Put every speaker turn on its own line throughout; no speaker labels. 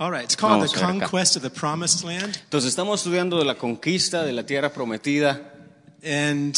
All right, it's called
Vamos
The
a ver acá.
Conquest of the Promised Land.
Entonces estamos estudiando la conquista de la tierra prometida.
And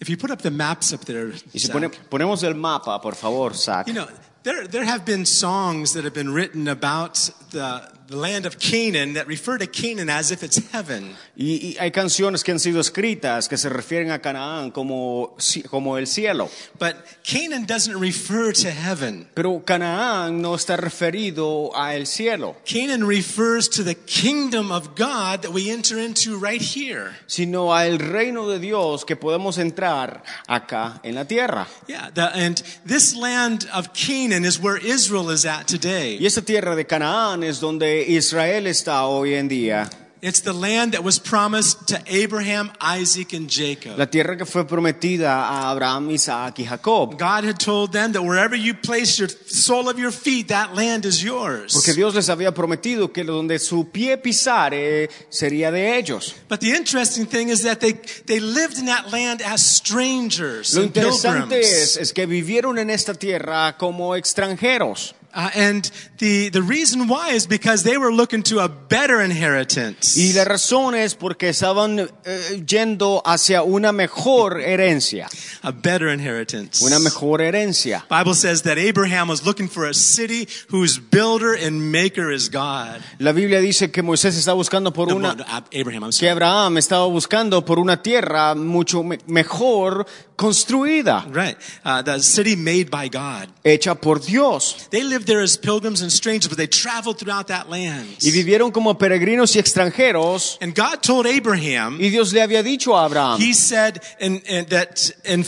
if you put up the maps up there,
Y si
Zach,
pone- ponemos el mapa, por favor,
you
Zach.
know, there, there have been songs that have been written about the, the land of Canaan that refer to Canaan as if it's heaven.
Y, y hay canciones que han sido escritas que se refieren a Canaán como, ci- como el cielo.
But Canaan doesn't refer to heaven.
Pero Canaán no está referido a el cielo,
Canaan refers to the kingdom of God that we enter into right here.
sino al reino de Dios que podemos entrar acá en la tierra.
Yeah, the, and this land of Canaan is where Israel is at today.
Y esta tierra de Canaán es donde Israel está hoy en día.
It's the land that was promised to Abraham, Isaac, and Jacob.
La tierra que fue prometida a Abraham, Isaac y Jacob.
God had told them that wherever you place your sole of your feet, that land is
Porque
yours.
Dios les había prometido que donde su pie pisare sería de ellos.
But the interesting thing is that they, they lived in that land as strangers
Lo
and
interesante es,
pilgrims.
es que vivieron en esta tierra como extranjeros.
Uh, and the, the reason why is because they were looking to a better inheritance.
Y la razón es porque estaban eh, yendo hacia una mejor herencia.
A better inheritance.
Una mejor herencia.
Bible says that Abraham was looking for a city whose builder and maker is God.
La Biblia dice que Moisés está buscando por
No,
una...
no, Ab- Abraham, I'm
que
sorry.
Abraham estaba buscando por una tierra mucho me- mejor construida,
Right. Uh, the city made by God.
hecha por Dios.
They lived there as pilgrims and strangers, but they traveled throughout that land.
Y vivieron como peregrinos y extranjeros.
And God told Abraham,
Y Dios le había dicho a Abraham,
He said, and, and that, and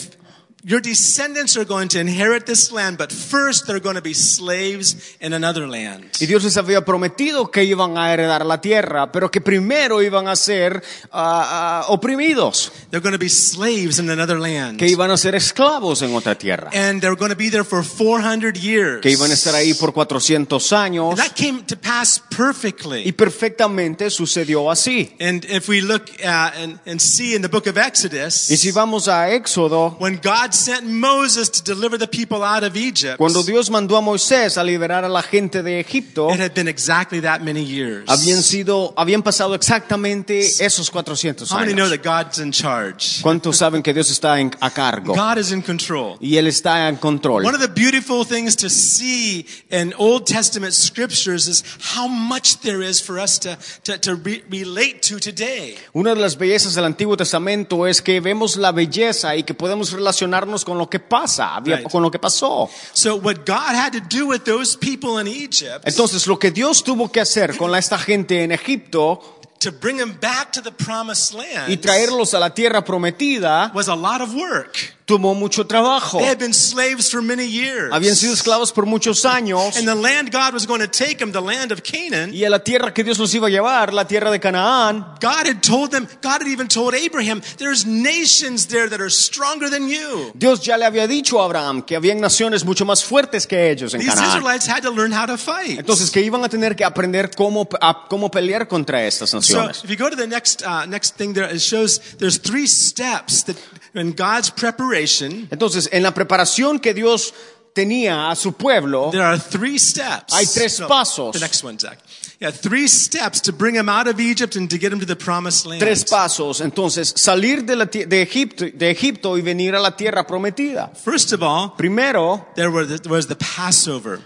your descendants are going to inherit this land, but first they're going to be slaves in another land.
y Dios les había prometido que iban a heredar la tierra, pero que primero iban a ser ah, ah, oprimidos,
They're going to be slaves in another land.
que iban a ser esclavos en otra tierra,
And they're going to be there for 400 years.
que iban a estar ahí por 400 años.
And that came to pass
Y
perfectly.
perfectamente sucedió así.
And if we look at and, and see in the book of Exodus,
Y si vamos a Éxodo
when God sent Moses to deliver the people out of Egypt,
Cuando Dios mandó a Moisés a liberar a la gente de Egipto,
it had been exactly that many years.
habían sido, habían pasado exactamente esos 400
How many know
años.
that God's in charge?
¿Cuántos saben que Dios está en- a cargo
God is in control.
y él está en
One
control?
of the beautiful things to see in Old Testament scriptures is how much there is for us to, to, to re- relate to today.
Una de las bellezas del Antiguo Testamento es que vemos la belleza y que podemos relacionarnos con lo que pasa, había-
Right.
con lo que pasó.
So what God had to do with those people in Egypt
Entonces, lo que Dios tuvo que hacer con la- esta gente en Egipto
to bring them back to the promised land
y traerlos a la tierra prometida
was a lot of work.
tomó mucho trabajo.
They had been slaves for many years.
Habían sido esclavos por muchos años.
And the land God was going to take them, the land of Canaan,
y a la tierra que Dios los iba a llevar, la tierra de Canaán,
God had told them, God had even told Abraham, there's nations there that are stronger than you.
Dios ya le había dicho a Abraham que habían naciones mucho más fuertes que ellos en
These
Canaán.
Israelites had to learn how to fight.
Entonces que iban a tener que aprender cómo, a- cómo pelear contra estas
So
naciones.
if you go to the next uh, next thing there, it shows there's three steps that in God's preparation,
Entonces, en la preparación que Dios tenía a su pueblo,
there are three steps.
Hay tres pasos.
The next one, Zach. Yeah, three steps to bring them out of Egypt and to get them to the promised land.
tres pasos. Entonces, salir de, la tie- de, Egipto, de Egipto y venir a la tierra prometida.
First of all,
Primero
there were the, was the Passover.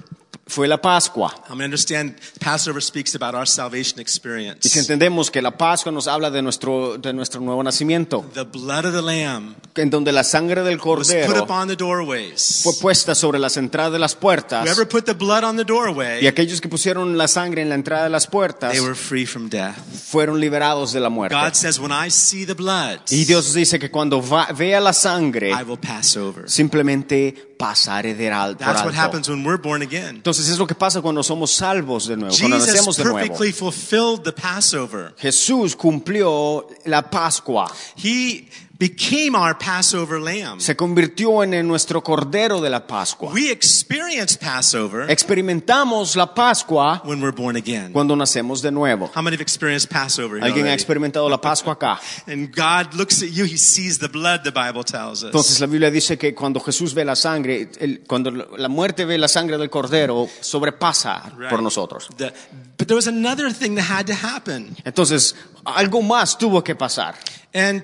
fue la Pascua.
I'm going to understand Passover speaks about our salvation
Y si
experience.
entendemos que la Pascua nos habla de nuestro, de nuestro nuevo nacimiento,
The blood of the lamb
en donde la sangre del
was put
cordero
upon the doorways.
fue puesta sobre las entradas de las puertas
Whoever put the blood on the
y
doorway,
aquellos que pusieron la sangre en la entrada de las puertas
they were free from death.
fueron liberados de la muerte.
God says, when I see the blood,
Y Dios dice que cuando va- vea la sangre,
I will pass over.
simplemente pasaré de al- por
That's what
alto.
happens when we're born again.
Entonces es lo que pasa cuando somos salvos de nuevo, cuando
Jesus
nacemos de nuevo.
perfectly fulfilled the Passover.
Jesús cumplió la Pascua.
He became our Passover lamb.
se convirtió en el- nuestro Cordero de la Pascua.
We experience Passover
Experimentamos la Pascua
when we're born again.
cuando nacemos de nuevo.
How many have experienced Passover here
¿Alguien ha
already?
experimentado la Pascua acá?
And God looks at you, He sees the blood, the Bible tells us.
Entonces la Biblia dice que cuando Jesús ve la sangre, el- cuando la muerte ve la sangre del Cordero, sobrepasa
Right.
por nosotros.
The- but there was another thing that had to happen.
Entonces, algo más tuvo que pasar.
And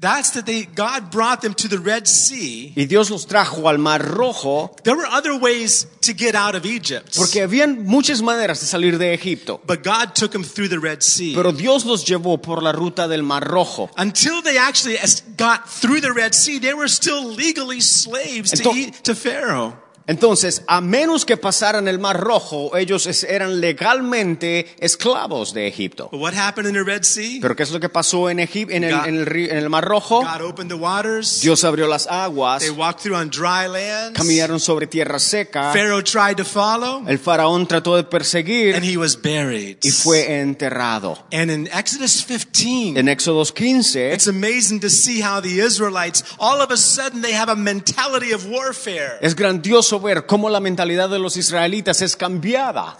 that's that they, God brought them to the Red Sea.
Y Dios los trajo al Mar Rojo
There were other ways to get out of Egypt.
porque habían muchas maneras de salir de Egipto.
But God took them through the Red Sea.
Pero Dios los llevó por la ruta del Mar Rojo.
Until they actually as- got through the Red Sea, they were still legally slaves to,
Ento-
E- to Pharaoh.
Entonces, a menos que pasaran el Mar Rojo, ellos es- eran legalmente esclavos de Egipto.
But what happened in the Red Sea?
Pero ¿qué es lo que pasó en, Egip- en, el,
God-
en el río- en el Mar Rojo?
God opened the waters.
Dios abrió las aguas,
They walked through on dry lands.
caminaron sobre tierra seca,
Pharaoh tried to follow,
el faraón trató de
and
perseguir
he was buried.
y fue enterrado.
And in Exodus 15,
En Éxodo 15
it's amazing to see how the Israelites, all of a sudden, they have a mentality of warfare.
es grandioso ver cómo la mentalidad de los israelitas es cambiada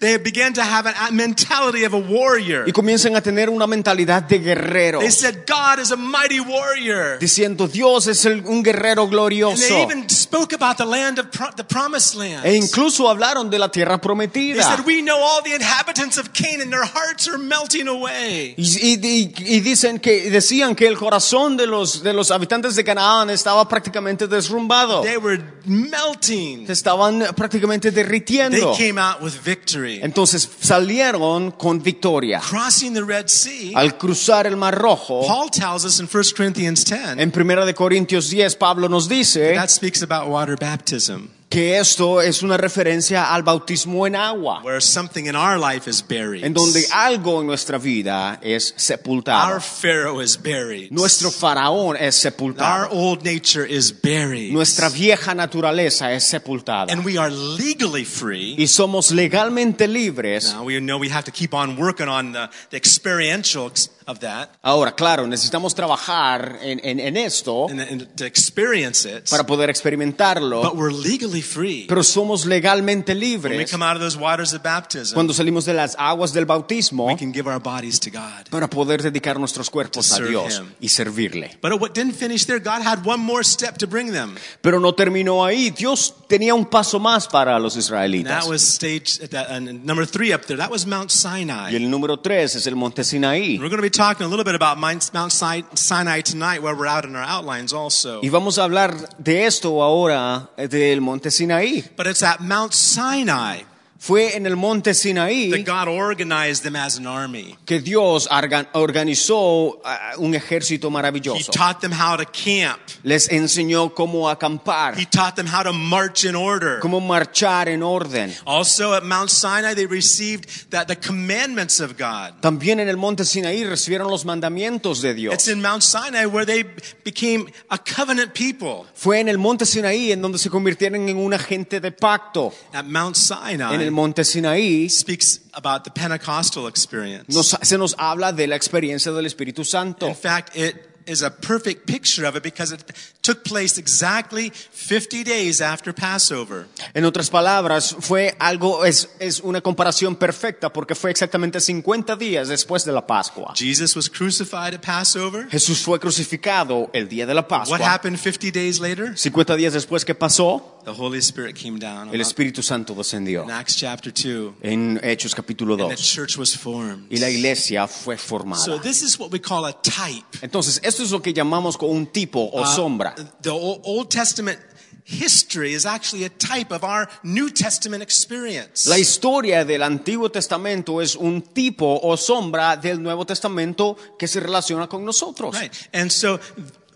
They began to have a mentality of a warrior.
y comienzan a tener una mentalidad de guerrero,
They said, God is a mighty warrior.
diciendo Dios es el- un guerrero
And they
glorioso.
even spoke about the land of pro- the promised land.
E incluso hablaron de la tierra
They
prometida.
said, We know all the inhabitants of Canaan, their hearts are melting away.
Y, y- y- y dicen que y decían que el corazón de los de los habitantes de Canaán estaba prácticamente derrumbado.
They were melting.
Se estaban prácticamente
They
derritiendo.
came out with victory.
Entonces salieron con victoria.
Crossing the Red Sea,
Al cruzar el Mar Rojo,
Paul tells us in 1 Corinthians 10,
en Primera de Corintios 10 Pablo nos dice
that speaks about water baptism,
que esto es una referencia al bautismo en agua,
where something in our life is buried.
en donde algo en nuestra vida es sepultado.
Our Pharaoh is buried.
Nuestro faraón es
Our
sepultado.
old nature is buried.
Nuestra vieja naturaleza es sepultada.
And we are legally free.
y somos legalmente libres.
Now we know we have to keep on working on the, the experiential ex- of that
Ahora, claro, necesitamos trabajar en, en- en esto
and, and to experience it.
para poder
But
experimentarlo,
we're legally free.
pero somos legalmente
When we
libres
come out of those waters of baptism,
cuando salimos de las aguas del bautismo
we can give our bodies to God.
para poder dedicar nuestros cuerpos
To
a
serve
Dios
Him.
y servirle.
But what didn't finish there, God had one more step to bring them.
Pero no terminó ahí. Dios tenía un paso más para los
And that
israelitas.
was stage at that, and number three up there. That was Mount Sinai.
Y el número tres es el monte Sinaí.
We're going to be talking a little bit about Mount Mount Si- Sinai tonight, where we're out in our outlines also.
Y vamos a hablar de esto ahora, eh, del monte Sinaí.
But it's at Mount Sinai
Fue en el monte
that
Sinaí
God organized them as an army.
que Dios argan- organizó ah, un ejército
He
maravilloso.
taught them how to camp.
Les enseñó cómo acampar,
He taught them how to march in order.
cómo marchar en orden.
Also at Mount Sinai, they received that the commandments of God.
También en el monte Sinaí recibieron los mandamientos de
It's
Dios.
in Mount Sinai where they became a covenant people.
Fue en el monte Sinaí en donde se convirtieron en una gente de pacto.
At Mount
En el
Sinai
monte Sinaí
speaks about the Pentecostal experience.
nos- se nos habla de la experiencia del Espíritu
In
Santo.
fact, it is a perfect picture of it because it took place exactly 50 days after Passover.
En otras palabras, fue algo, es, es una comparación perfecta porque fue exactamente 50 días después de la Pascua.
Jesus was crucified at Passover.
Jesús fue crucificado el día de la
What
Pascua.
happened 50 days later?
50 días después que pasó,
The Holy Spirit came down
el
on-
Espíritu Santo descendió
in Acts chapter 2,
en Hechos capítulo
and the
2
church was formed.
y la iglesia fue
So
formada.
this is what we call a type.
Entonces, esto es lo que llamamos con un tipo o sombra.
Uh, the O- Old Testament history is actually a type of our New Testament experience.
La historia del Antiguo Testamento es un tipo o sombra del Nuevo Testamento que se relaciona con nosotros.
Right. And so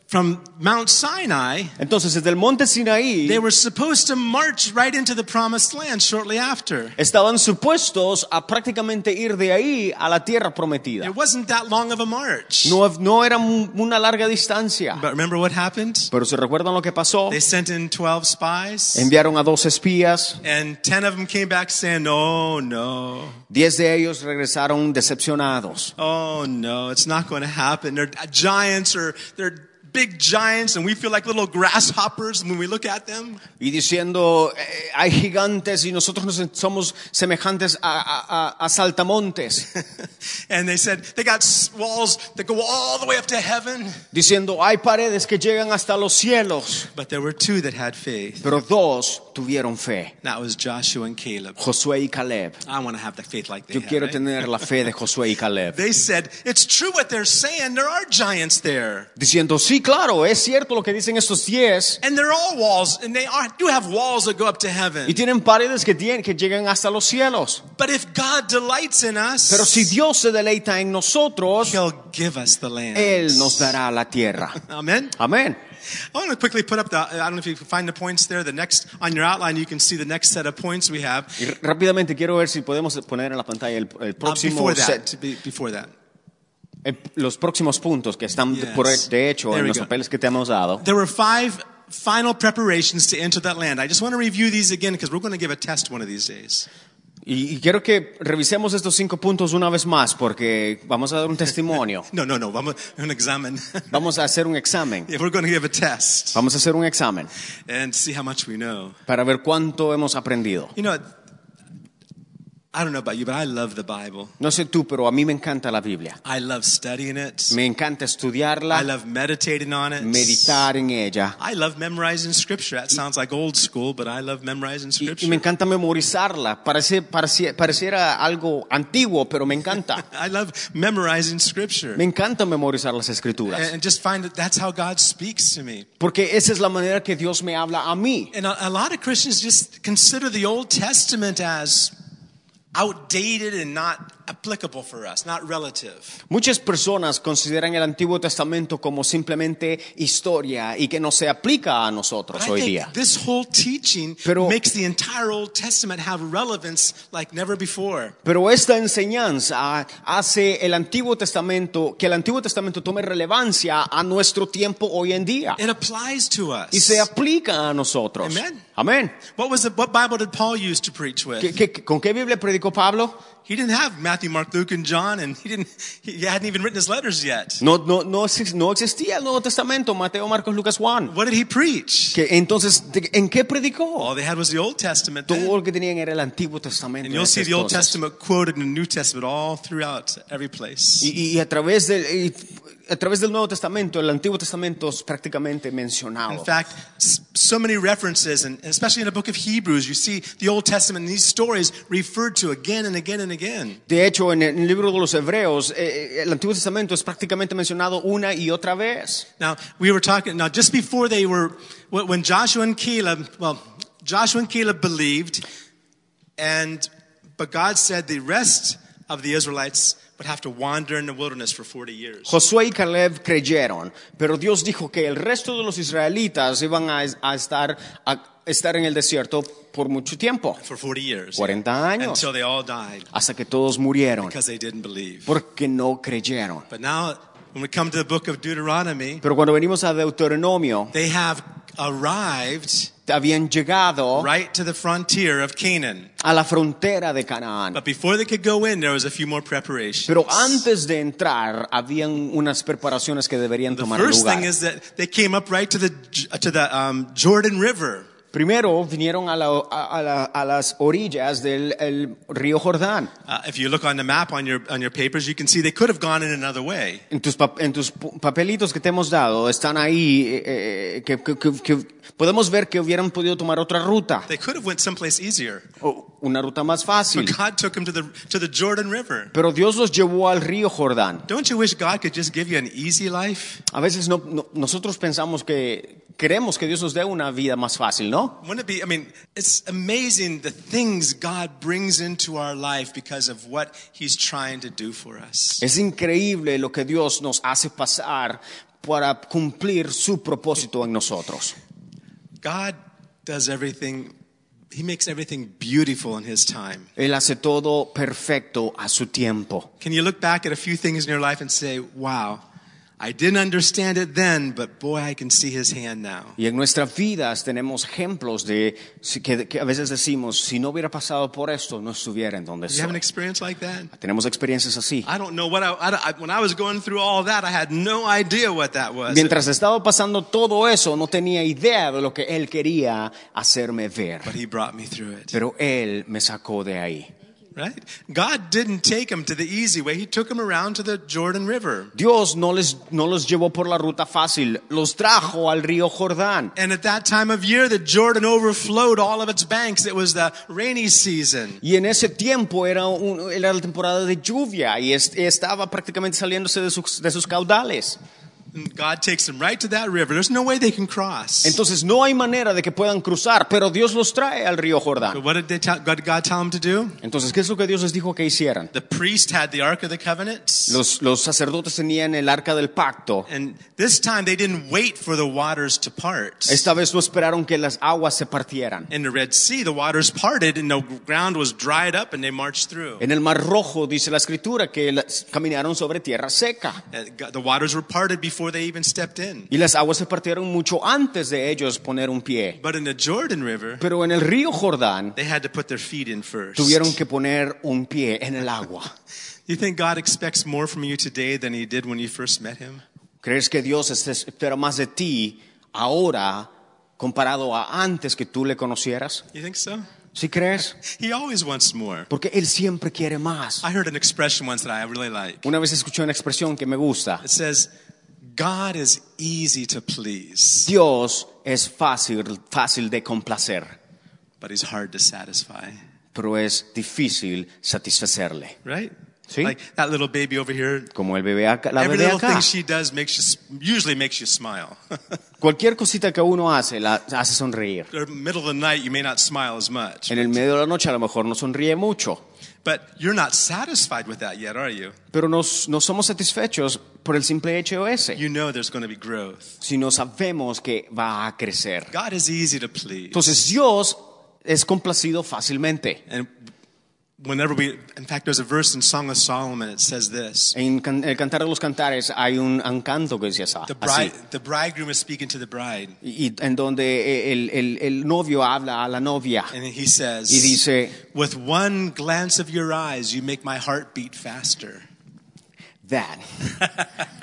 from Mount Sinai,
Entonces, desde el monte Sinaí
they were supposed to march right into the promised land shortly after.
estaban supuestos a prácticamente ir de ahí a la tierra prometida.
It wasn't that long of a march.
No, no era mu- una larga distancia.
But remember what happened?
Pero si recuerdan lo que pasó,
They sent in 12 spies,
enviaron a dos espías,
and 10 of them came back saying, Oh, no.
diez de ellos regresaron decepcionados.
Oh, no. It's not going to happen. They're giants or they're big giants, and we feel like little grasshoppers when we look at them.
Y diciendo, eh, hay gigantes y nosotros nos- somos semejantes a, a- a- a saltamontes.
and they said, They got s- walls that go all the way up to heaven.
Diciendo, hay paredes que llegan hasta los cielos.
But there were two that had faith.
Pero dos tuvieron fe,
and That was Joshua and Caleb.
Josué y Caleb.
I want to have the faith like they
Yo
had,
quiero
right?
tener la fe de Josué y Caleb.
They said, It's true what they're saying. There are giants there.
Diciendo, sí, claro, es cierto lo que dicen estos diez.
And they're all walls, and they are, do have walls that go up to
Y
heaven.
tienen paredes que, tienen, que llegan hasta los cielos.
But if God delights in us,
Pero si Dios se deleita en nosotros,
He'll give us the land.
Él nos dará la tierra.
Amen.
Amén.
I want to quickly put up the, I don't know if you can find the points there. The next, on your outline, you can see the next set of points we have.
Y r- rápidamente quiero ver si podemos poner en la pantalla el, el
Uh,
próximo
before that,
set,
to be- before that.
eh, los próximos puntos que están de- por,
Yes.
de hecho
There
en
we
los
go.
papeles que te hemos dado.
There were five final preparations to enter that land. I just want to review these again because we're going to give a test one of these days.
Y, y quiero que revisemos estos cinco puntos una vez más porque vamos a dar un testimonio.
No, no, no. Vamos, an examen.
Vamos a hacer un examen.
if we're going to give a test
Vamos a hacer un examen
and see how much we know.
para ver cuánto hemos aprendido.
You know, I don't know about you, but I love the Bible.
No sé tú, pero a mí me encanta la Biblia.
I love studying it.
Me encanta
I
estudiarla,
love meditating on it.
meditar en ella.
I love memorizing scripture. That sounds like old school, but I love memorizing
Y,
scripture.
y me encanta memorizarla. Parece, pareci- pareciera algo antiguo, pero me encanta.
I love memorizing scripture.
Me encanta memorizar las escrituras.
And just find that that's how God speaks to me.
Porque esa es la manera que Dios me habla a mí.
And a, a lot of Christians just consider the Old Testament as outdated and not applicable for us, not relative.
Muchas personas consideran el Antiguo Testamento como simplemente historia y que no se aplica a
But
nosotros
I
hoy
think
día.
this whole teaching
Pero-
makes the entire Old Testament have relevance like never before.
Pero esta enseñanza hace el Antiguo Testamento, que el Antiguo Testamento tome relevancia a nuestro tiempo hoy en día.
It applies to us.
Y se aplica a nosotros.
Amen.
Amén.
What was the, what Bible did Paul use to preach with?
¿Qué- qué- con qué Biblia predicó Pablo?
He didn't have Matthew, Mark, Luke, and John, and he didn't. He hadn't even written his letters yet.
No, no, no, exis- no existía el Nuevo Testamento, Mateo, Marcos, Lucas, Juan.
What did he preach?
Que, entonces, ¿de- ¿en qué predicó?
All they had was the Old Testament. then.
Todo lo que tenían era el Antiguo Testamento.
And
en
you'll see
esas
the Old
cosas.
Testament quoted in the New Testament all throughout every place.
Y, y- y a través del... y a través del Nuevo Testamento, el Antiguo Testamento es prácticamente mencionado.
In fact, s- so many references, and especially in the book of Hebrews, you see the Old Testament and these stories referred to again and again and again.
De hecho, en el en el libro de los Hebreos, eh, eh, el Antiguo Testamento es prácticamente mencionado una y otra vez.
Now, we were talking, now just before they were, wh- when Joshua and Caleb, well, Joshua and Caleb believed, and, but God said the rest of the Israelites would have to wander in the wilderness for 40 years.
Josué y Caleb creyeron, pero Dios dijo que el resto de los israelitas iban a, es- a estar, a estar en el desierto por mucho tiempo,
For 40 years.
40 años,
Until they all died
hasta que todos murieron,
because they didn't believe.
porque no creyeron.
But now, when we come to the book of Deuteronomy,
Pero cuando venimos a Deuteronomio,
they have arrived
habían llegado
right to the frontier of Canaan.
a la frontera de Canaán.
But before they could go in, there was a few more preparations.
Pero antes de entrar, habían unas preparaciones que deberían
the
tomar
first
lugar.
thing is that they came up right to the to the um, Jordan River.
Primero vinieron a, la- a- a la- a las orillas del el río Jordán.
Uh, if you look on the map on your on your papers, you can see they could have gone in another way.
En tus, pap- en tus pu- papelitos que te hemos dado están ahí, eh, eh, que, que- que- que podemos ver que hubieran podido tomar otra ruta,
They could have went someplace easier.
o una ruta más
But
fácil.
God took them to the to the Jordan River.
Pero Dios los llevó al río Jordán.
Don't you wish God could just give you an easy life?
A veces no- no- nosotros pensamos que queremos que Dios nos dé una vida más fácil, ¿no?
Wouldn't it be? I mean, it's amazing the things God brings into our life because of what He's trying to do for us.
Es increíble lo que Dios nos hace pasar para cumplir su propósito en nosotros.
God does everything, He makes everything beautiful in His time.
Él hace todo perfecto a su tiempo.
Can you look back at a few things in your life and say, wow, I didn't understand it then, but boy, I can see His hand now.
Y en nuestras vidas tenemos ejemplos de si- que, que a veces decimos, si no hubiera pasado por esto, no estuviera en donde
Do you have an Ah,
estoy.
experience like that?
Tenemos experiencias así.
I don't know what I, I, I- when I was going through all that, I had no idea what that was.
Mientras estaba pasando todo eso, no tenía idea de lo que él quería hacerme ver.
But He brought me through it.
Pero él me sacó de ahí.
Right? God didn't take him to the easy way. He took him around to the Jordan River.
Dios no, les, no los llevó por la ruta fácil, los trajo al río Jordán.
And at that time of year, the Jordan overflowed all of its banks. It was the rainy season.
Y en ese tiempo era, un- era la temporada de lluvia y es- estaba prácticamente saliéndose de sus, de sus caudales.
And God takes them right to that river. There's no way they can cross.
Entonces no hay manera de que puedan cruzar, pero Dios los trae al río
But
Jordán.
what did, they tell, what did God tell them to do?
Entonces, ¿qué es lo que Dios les dijo que hicieran?
The priest had the Ark of the Covenant.
Los, los sacerdotes tenían el arca del pacto.
And this time they didn't wait for the waters to part.
Esta vez no esperaron que las aguas se partieran.
In the Red Sea, the waters parted and the ground was dried up and they marched through.
En el Mar Rojo dice la escritura que las- caminaron sobre tierra seca
And God- The waters were parted before they even stepped in.
y las aguas se partieron mucho antes de ellos poner un pie.
But in the Jordan River,
Pero en el río Jordán
they had to put their feet in first.
tuvieron que poner un pie en el agua.
You think God expects more from you today than he did when you first met him?
¿Crees que Dios es- espera más de ti ahora comparado a antes que tú le conocieras?
You think so?
¿Sí crees?
He always wants more.
Porque Él siempre quiere más.
I heard an expression once that I really like.
Una vez escuché una expresión que me gusta.
It says, God is easy to please,
Dios es fácil, fácil de complacer,
but he's hard to satisfy.
pero es difícil satisfacerle.
Right?
See?
Like that little baby over here.
Como el bebé acá, la
Every
bebé
little
acá.
thing she does makes you, s- usually makes you smile.
Cualquier cosita que uno hace, la hace sonreír.
or middle of the night, you may not smile as much.
En el medio de la noche a lo mejor no sonríe mucho,
But you're not satisfied with that yet, are you?
pero nos- no somos satisfechos por el simple hecho ese,
You know there's going to be growth.
sino sabemos que va a crecer.
God is easy to please.
Entonces Dios es complacido fácilmente.
And whenever we, in fact, there's a verse in Song of Solomon, it says this
En can- el Cantar de los Cantares hay un, un canto que dice esa-
The, bride,
así,
the bridegroom is speaking to the bride,
y, y en donde el, el- el novio habla a la novia
and he says,
y dice,
With one glance of your eyes, you make my heart beat faster.
that.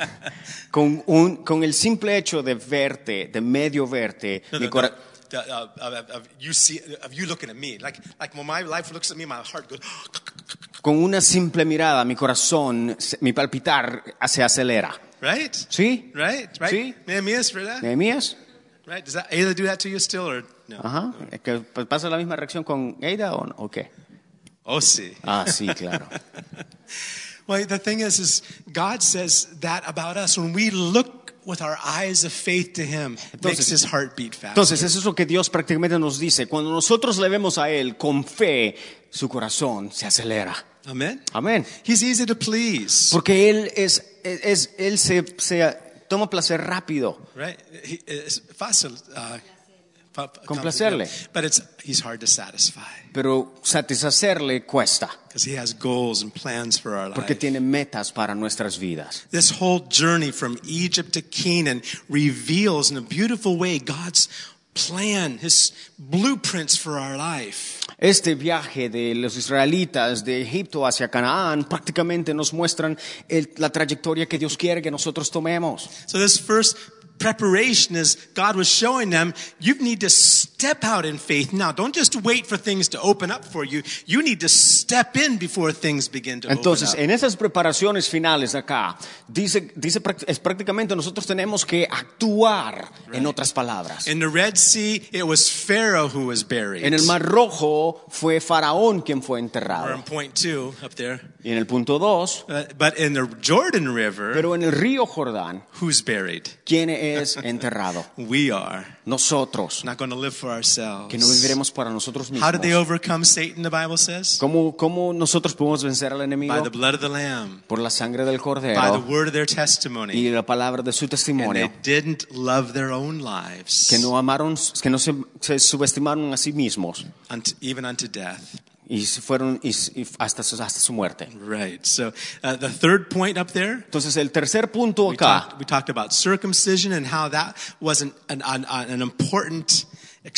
con, un- con el simple hecho de verte, de medio verte,
No,
mi
no,
cora-
no. The- uh, of, of- of you see, of you looking at me, like like when my life looks at me, my heart goes.
con una simple mirada, mi corazón, se- mi palpitar se acelera.
Right,
¿Sí?
right, right.
See?
Man, me is for that.
¿Nehemías?
Right? Does that Ayla do that to you still or no?
Ajá. ¿Es que pasa la misma reacción con Ada o no? ¿O qué?
Oh, see.
Ah, sí, claro.
Well, the thing is, is God says that about us when we look with our eyes of faith to Him, it makes
Entonces-
His heart beat fast.
Entonces, eso es lo que Dios prácticamente nos dice. Cuando nosotros le vemos a Él con fe, su corazón se acelera.
Amen.
Amén.
He's easy to please,
Porque Él es, es- es- Él se, se toma placer rápido.
right? He is fácil. Uh, fa- fa-
Complacerle.
But it's He's hard to satisfy
pero satisfacerle cuesta,
because He has goals and plans for our
porque
life.
tiene metas para nuestras vidas.
This whole journey from Egypt to Canaan reveals in a beautiful way God's plan, His blueprints for our life.
Este viaje de los israelitas de Egipto hacia Canaán prácticamente nos muestran el- la trayectoria que Dios quiere que nosotros tomemos.
So this first preparation is God was showing them you need to step out in faith now. Don't just wait for things to open up for you. You need to step in before things begin to
Entonces,
open up.
en esas preparaciones finales de acá, dice, dice práct- es prácticamente nosotros tenemos que actuar, en otras palabras.
In the Red Sea, it was Pharaoh who was buried.
En el Mar Rojo fue Faraón quien fue
We're in
enterrado.
point two up there.
Y en el punto 2,
Uh, but in the Jordan River,
pero en el río Jordán,
who's buried?
¿quién es enterrado.
We are
Nosotros,
not going to live for ourselves.
que no viviremos para nosotros
How did they
mismos.
overcome Satan, the Bible says?
¿Cómo, cómo nosotros podemos vencer al
By
enemigo?
the blood of the Lamb,
Por la sangre
by
del
the
Cordero
word of their
y
testimony.
la palabra de su
And they
testimonio.
didn't love their own lives
Que no amaron, que no se, se subestimaron a sí mismos
unt- even unto death.
y se fueron y, s- y hasta, su- hasta su muerte.
Right. So uh, the third point up there,
Entonces, el tercer punto
we
acá
talked, we talked about circumcision and how that was an, an, an, an important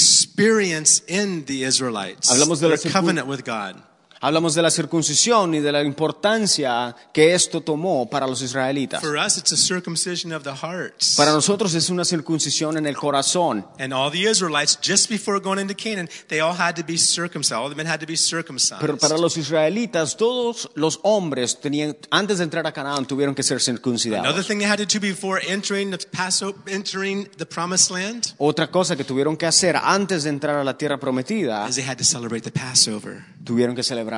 experience in the Israelites.
Hablamos de la
their
circun-
covenant with God.
Hablamos de la circuncisión y de la importancia que esto tomó para los israelitas.
For us, it's a circumcision of the heart.
Para nosotros es una circuncisión en el corazón.
And all the Israelites, just before going into Canaan, they all had to be circumcised. All the men had to be circumcised.
Pero para los israelitas, todos los hombres tenían, antes de entrar a Canaán, tuvieron que ser
Another
circuncidados.
thing they had to do before entering the Passover, entering the Promised Land,
Otra cosa que tuvieron que hacer antes de entrar a la tierra prometida,
is they had to celebrate the Passover.
tuvieron que celebrar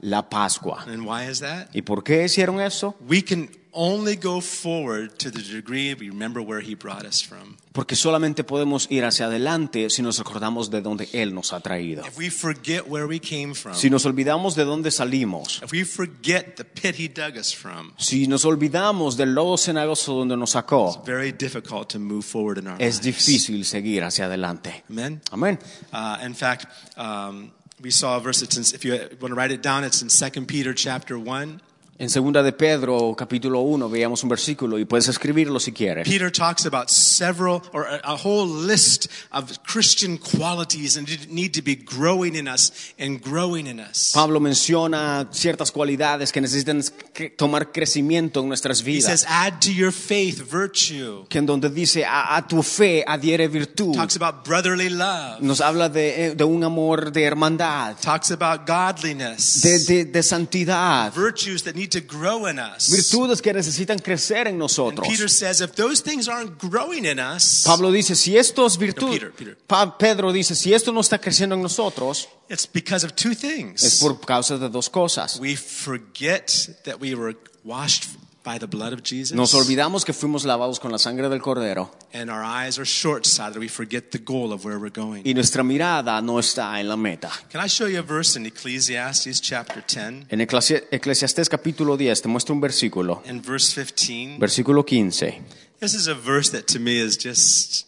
la Pascua.
And why is that?
¿Y por qué hicieron eso?
We can only go forward to the degree we remember where He brought us from.
Porque solamente podemos ir hacia adelante si nos acordamos de dónde Él nos ha traído.
If we forget where we came from,
Si nos olvidamos de dónde salimos,
if we forget the pit He dug us from,
si nos olvidamos del lodo cenagoso donde nos sacó,
very difficult to move forward in our
es
lives.
difícil seguir hacia adelante.
Amen.
Amén.
Uh, in fact, um, we saw a verse. It's in, if you want to write it down, it's in Second Peter chapter one.
En segunda de Pedro, capítulo 1, veíamos un versículo y puedes escribirlo si quieres.
Peter talks about several or a, a whole list of Christian qualities and that need to be growing in us and growing in us.
Pablo menciona ciertas cualidades que necesitan cre- tomar crecimiento en nuestras
He says,
vidas.
add to your faith virtue.
Que en donde dice, a, a tu fe adhiere virtud.
Talks about brotherly love.
Nos habla de, de un amor de hermandad,
Talks about godliness.
de, de- de santidad,
virtues that need to grow in us.
virtudes que necesitan crecer en
And Peter
nosotros.
says, if those things aren't growing in us,
Pablo dice, si esto es virtud,
Peter, Peter.
Pa- Pedro dice, si esto no está creciendo en nosotros,
it's because of two things.
es por causa de dos cosas.
We forget that we were washed by the blood of Jesus.
Nos olvidamos que fuimos lavados con la sangre del cordero.
And our eyes are short sighted. We forget the goal of where we're going.
y nuestra mirada no está en la meta.
Can I show you a verse in Ecclesiastes chapter 10
En Eclesi- Eclesiastés capítulo 10 te muestro un versículo,
and verse 15?
versículo 15.
This is a verse that to me is just,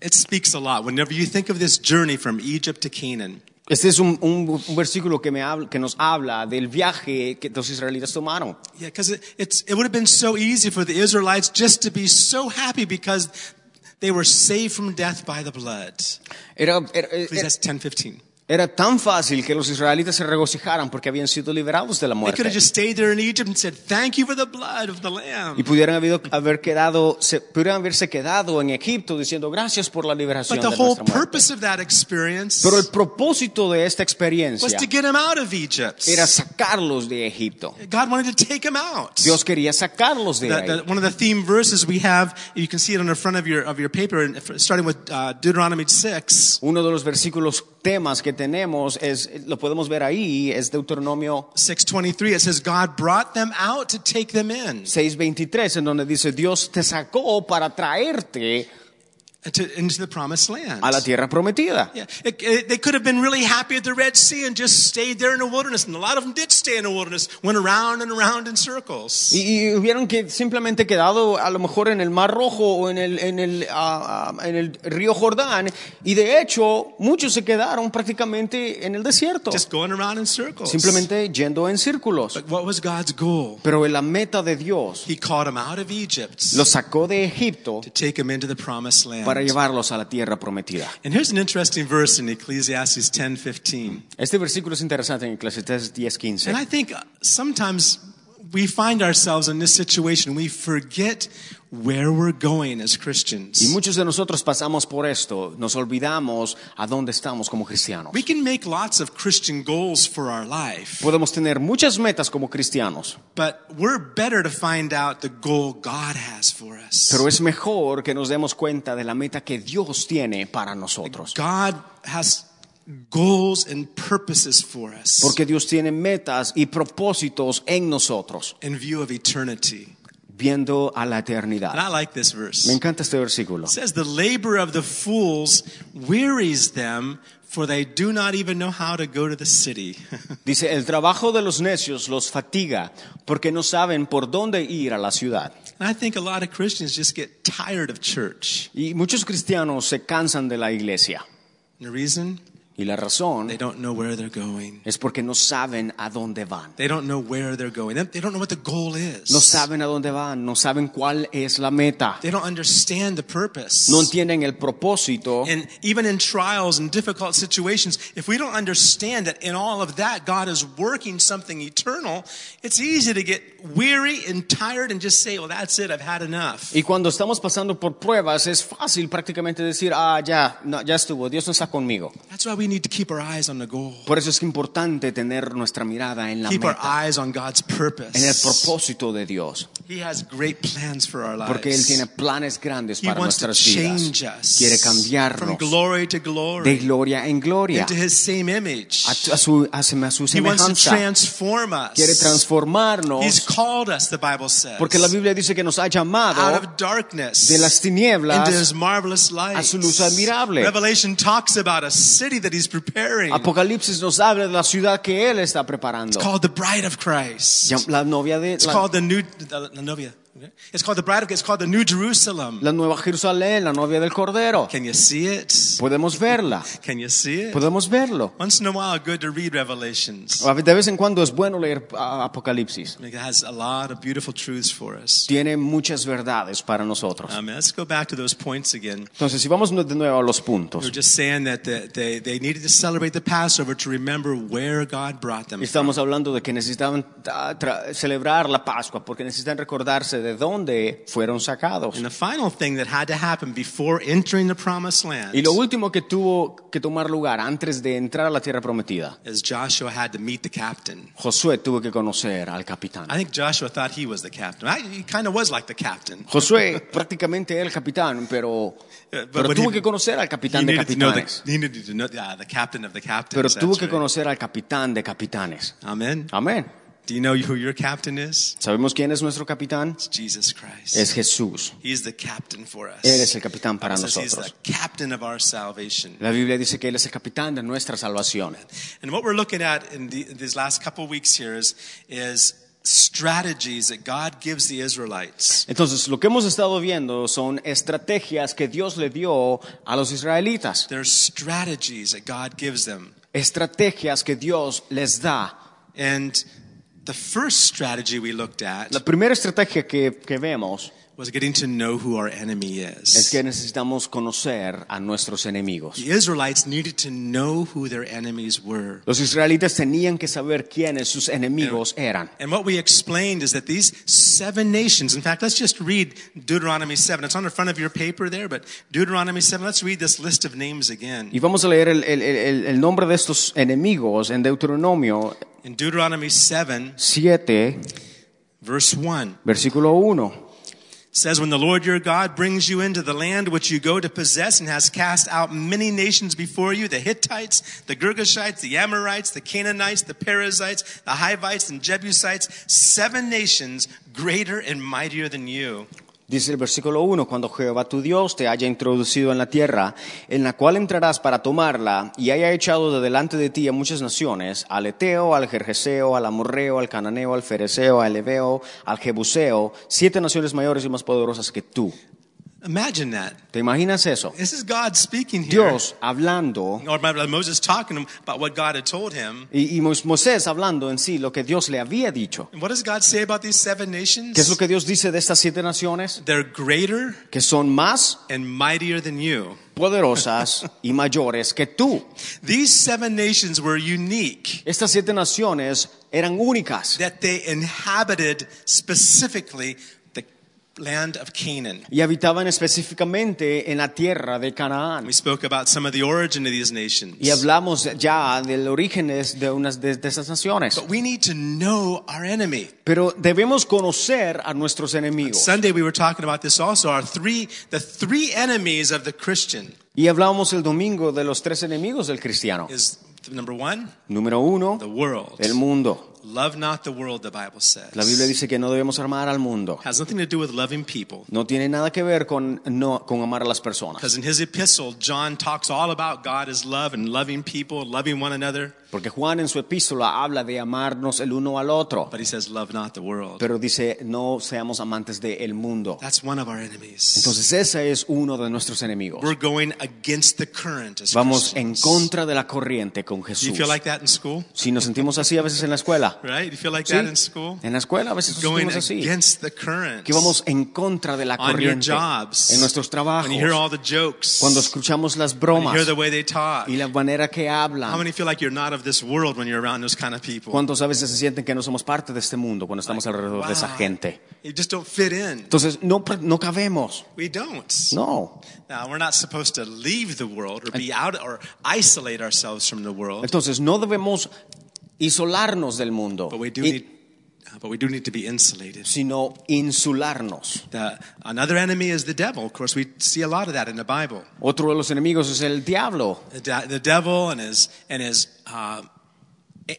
it speaks a lot. Whenever you think of this journey from Egypt to Canaan,
Este es un, un- un versículo que, me habla, que nos habla del viaje que los israelitas tomaron.
yeah, because it, it's, it would have been so easy for the Israelites just to be so happy because they were saved from death by the blood.
Era, era, era-
Ecclesiastes 10 15.
era tan fácil que los israelitas se regocijaran porque habían sido liberados de la
They could
muerte.
have just stayed there in Egypt and said, Thank you for the blood of the Lamb.
Y pudieran, habido, haber quedado, se, pudieran haberse quedado en Egipto diciendo gracias por la liberación
But the
de
whole
nuestra muerte.
purpose of that experience
Pero el propósito de esta
was
experiencia
to get him out of Egypt.
era sacarlos de Egipto.
God wanted to take him out.
Dios quería sacarlos de
That-
ahí.
that- one of the theme verses we have, you can see it on the front of your of your paper, and if- starting with uh, Deuteronomy six,
Uno de los versículos temas que tenemos es lo podemos ver ahí es Deuteronomio
six twenty three. It says, "God brought them out to take them in,
6:23 en donde dice Dios te sacó para traerte
uh, to, into the promised land."
a la tierra prometida.
Yeah, It- it- they could have been really happy at the Red Sea and just stayed there in the wilderness, and a lot of them did stay in the wilderness, went around and around in circles.
Y, y hubieran que simplemente quedado a lo mejor en el Mar Rojo o en el, en, el, ah, ah, en el río Jordán. Y de hecho, muchos se quedaron prácticamente en el desierto.
Just going around in circles.
Simplemente yendo en círculos.
But what was God's goal?
Pero la meta de Dios
He called them out of Egypt
los sacó de Egipto
to take them into the promised land.
para llevarlos a la tierra prometida.
And here's an interesting verse in Ecclesiastes 10:15.
Este versículo es interesante en Eclesiastes 10:15.
And I think uh, sometimes we find ourselves in this situation. We forget where we're going as
Y
Christians.
muchos de nosotros pasamos por esto, nos olvidamos a dónde estamos como cristianos.
We can make lots of Christian goals for our life,
Podemos tener muchas metas como cristianos,
but we're better to find out the goal God has for us.
pero es mejor que nos demos cuenta de la meta que Dios tiene para nosotros.
God has goals and purposes for us
Porque Dios tiene metas y propósitos en nosotros,
in view of eternity.
viendo a la
And
eternidad.
I like this verse.
Me encanta este versículo.
It says, The labor of the fools wearies them, for they do not even know how to go to the city.
Dice, el trabajo de los necios los fatiga porque no saben por dónde ir a la ciudad.
And I think a lot of Christians just get tired of church.
Y muchos cristianos se cansan de la iglesia.
And the reason?
Y la razón
They don't know where they're going.
es porque no saben a dónde van.
They don't know where they're going. They they don't know what the goal is.
No saben a dónde van, no saben cuál es la meta.
They don't understand the purpose.
No entienden el propósito.
and even in trials and difficult situations, if we don't understand that in all of that God is working something eternal, it's easy to get weary and tired and just say, well, that's it, I've had enough.
Y cuando estamos pasando por pruebas es fácil prácticamente decir, ah, ya, no, ya estuvo, Dios no está conmigo.
That's why we need to keep our eyes on the goal.
Por eso es que importante tener nuestra mirada en la
Keep our
meta,
eyes on God's
en el
purpose.
propósito de Dios,
He has great plans for our
porque Él tiene
lives.
planes grandes
He
para
wants to
nuestras
change
vidas.
us
Quiere
from
cambiarnos
glory to
de
glory
gloria en gloria,
into His same image.
a, a su, a seme- a su
He wants to
semejanza.
transform
Quiere
us. He's
transformarnos,
called us, the Bible says.
porque la Biblia dice que nos ha llamado
out of darkness
de las
into
tinieblas
his marvelous light.
a su luz admirable.
Revelation talks about a city that he's preparing.
Apocalipsis nos habla de la ciudad que Él está preparando.
It's called the bride of Christ.
Ya- La novia de
It's
la,
called the new the, the novia. It's called the bride of it's called the new Jerusalem.
la nueva Jerusalén, la novia del Cordero.
Can you see it?
Podemos verla,
Can you see it?
podemos verlo.
Once in a while good to read Revelations.
A ve- De vez en cuando es bueno leer ah, Apocalipsis.
It has a lot of beautiful truths for us.
Tiene muchas verdades para nosotros.
Um, let's go back to those points again.
Entonces, si vamos de nuevo a los
We
puntos,
were just saying that the, they, they needed to celebrate the Passover to remember where God brought them
estamos hablando de que necesitaban ah, tra- celebrar la Pascua porque necesitan recordarse de dónde fueron sacados.
And the final thing that had to happen before entering the promised land
Y lo último que tuvo que tomar lugar antes de entrar a la tierra prometida,
is Joshua had to meet the captain.
Josué tuvo que conocer al capitán.
I think Joshua thought he was the captain. I, he kind of was like the captain.
Josué prácticamente era el capitán, pero,
but-
Eh, pero
but
tuvo
he-
que conocer al
He
capitán de eh.
needed to know
capitanes.
the, he needed to know yeah, the captain of the captains.
Pero tuvo
that's
que
right.
conocer al capitán de capitanes.
Amen.
Amén.
Do you know who your captain is?
¿Sabemos quién es nuestro capitán?
It's Jesus Christ.
Es Jesús.
He's the captain for us.
Él es el capitán para
It says he's the
nosotros.
captain of our salvation.
La Biblia dice que Él es el capitán de nuestra salvación.
And what we're looking at in the, these last couple weeks here is, is strategies that God gives the Israelites.
Entonces, lo que hemos estado viendo son estrategias que Dios le dio a los israelitas.
There's strategies that God gives them.
Estrategias que Dios les da.
And the first strategy we looked at
La primera estrategia que, que vemos
was getting to know who our enemy
es
is.
que necesitamos conocer a nuestros enemigos.
The Israelites needed to know who their enemies were.
Los israelitas tenían que saber quiénes sus enemigos eran.
And what we explained is that these seven nations, in fact, let's just read Deuteronomy 7. It's on the front of your paper there, but Deuteronomy 7, let's read this list of names
Y
again.
vamos a leer el, el- el- el nombre de estos enemigos en Deuteronomio
In Deuteronomy 7,
7,
verse 1.
versículo 1.
says when the Lord your God brings you into the land which you go to possess and has cast out many nations before you, the Hittites, the Girgashites, the Amorites, the Canaanites, the Perizzites, the Hivites and Jebusites, seven nations greater and mightier than you.
Dice el versículo 1, cuando Jehová tu Dios te haya introducido en la tierra, en la cual entrarás para tomarla, y haya echado de delante de ti a muchas naciones, al Eteo, al Gergeseo, al Amorreo, al Cananeo, al Fereseo, al Ebeo, al Jebuseo, siete naciones mayores y más poderosas que tú.
Imagine that.
¿Te imaginas eso?
This is God speaking here.
Dios hablando
Or rather, Moses talking to him about what God had told him.
Y, y Mo- Moisés hablando en sí lo que Dios le había dicho.
And what does God say about these seven nations?
¿Qué es lo que Dios dice de estas siete naciones?
They're greater
Que son más
and mightier than you.
poderosas y mayores que tú.
These seven nations were unique.
Estas siete naciones eran únicas
that they inhabited specifically the land of Canaan.
y habitaban específicamente en la tierra de Canaán.
We spoke about some of the origin of these nations.
Y hablamos ya del origen es- de unas de, de esas naciones.
But we need to know our enemy.
Pero debemos conocer a nuestros enemigos.
Sunday we were talking about this also. Our three, the three enemies of the Christian
Y hablábamos el domingo de los tres enemigos del cristiano.
is number one,
Número uno,
the world.
el mundo.
Love not the world, the Bible says.
La Biblia dice que no debemos amar al mundo.
Has nothing to do with loving people.
No tiene nada que ver con, no, con amar a las personas.
Because in his epistle, John talks all about God as love and loving people, loving one another.
Porque Juan en su epístola habla de amarnos el uno al otro.
But he says, love not the world.
Pero dice, no seamos amantes del mundo.
That's one of our enemies.
Entonces ese es uno de nuestros enemigos.
We're going against the current as
Vamos en
Christians.
contra de la corriente con
Do
Jesús.
you feel like that in school?
Si nos sentimos así a veces en la escuela.
Right? You feel like
Sí,
that in school?
en la escuela a veces nos
Going
sentimos así.
against the current.
Que vamos en contra de la
On your
corriente
jobs.
en nuestros trabajos.
When you hear all the jokes.
Cuando escuchamos las
when you hear
bromas
the way they talk.
y la manera que
How
hablan.
many feel like you're not of this world when you're around those kind of people?
¿Cuántos a veces se sienten que no somos parte de este mundo cuando estamos alrededor de esa
Wow.
gente?
You just don't fit in.
Entonces no, pre- no cabemos.
We don't.
No.
Now, we're not supposed to leave the world or be out or isolate ourselves from the world,
Entonces no debemos isolarnos del mundo,
but we do
y-
need, uh, but we do need to be insulated.
sino insularnos.
The, another enemy is the devil. Of course, we see a lot of that in the Bible.
Otro de los enemigos es el diablo
The, de- the devil and his and his uh,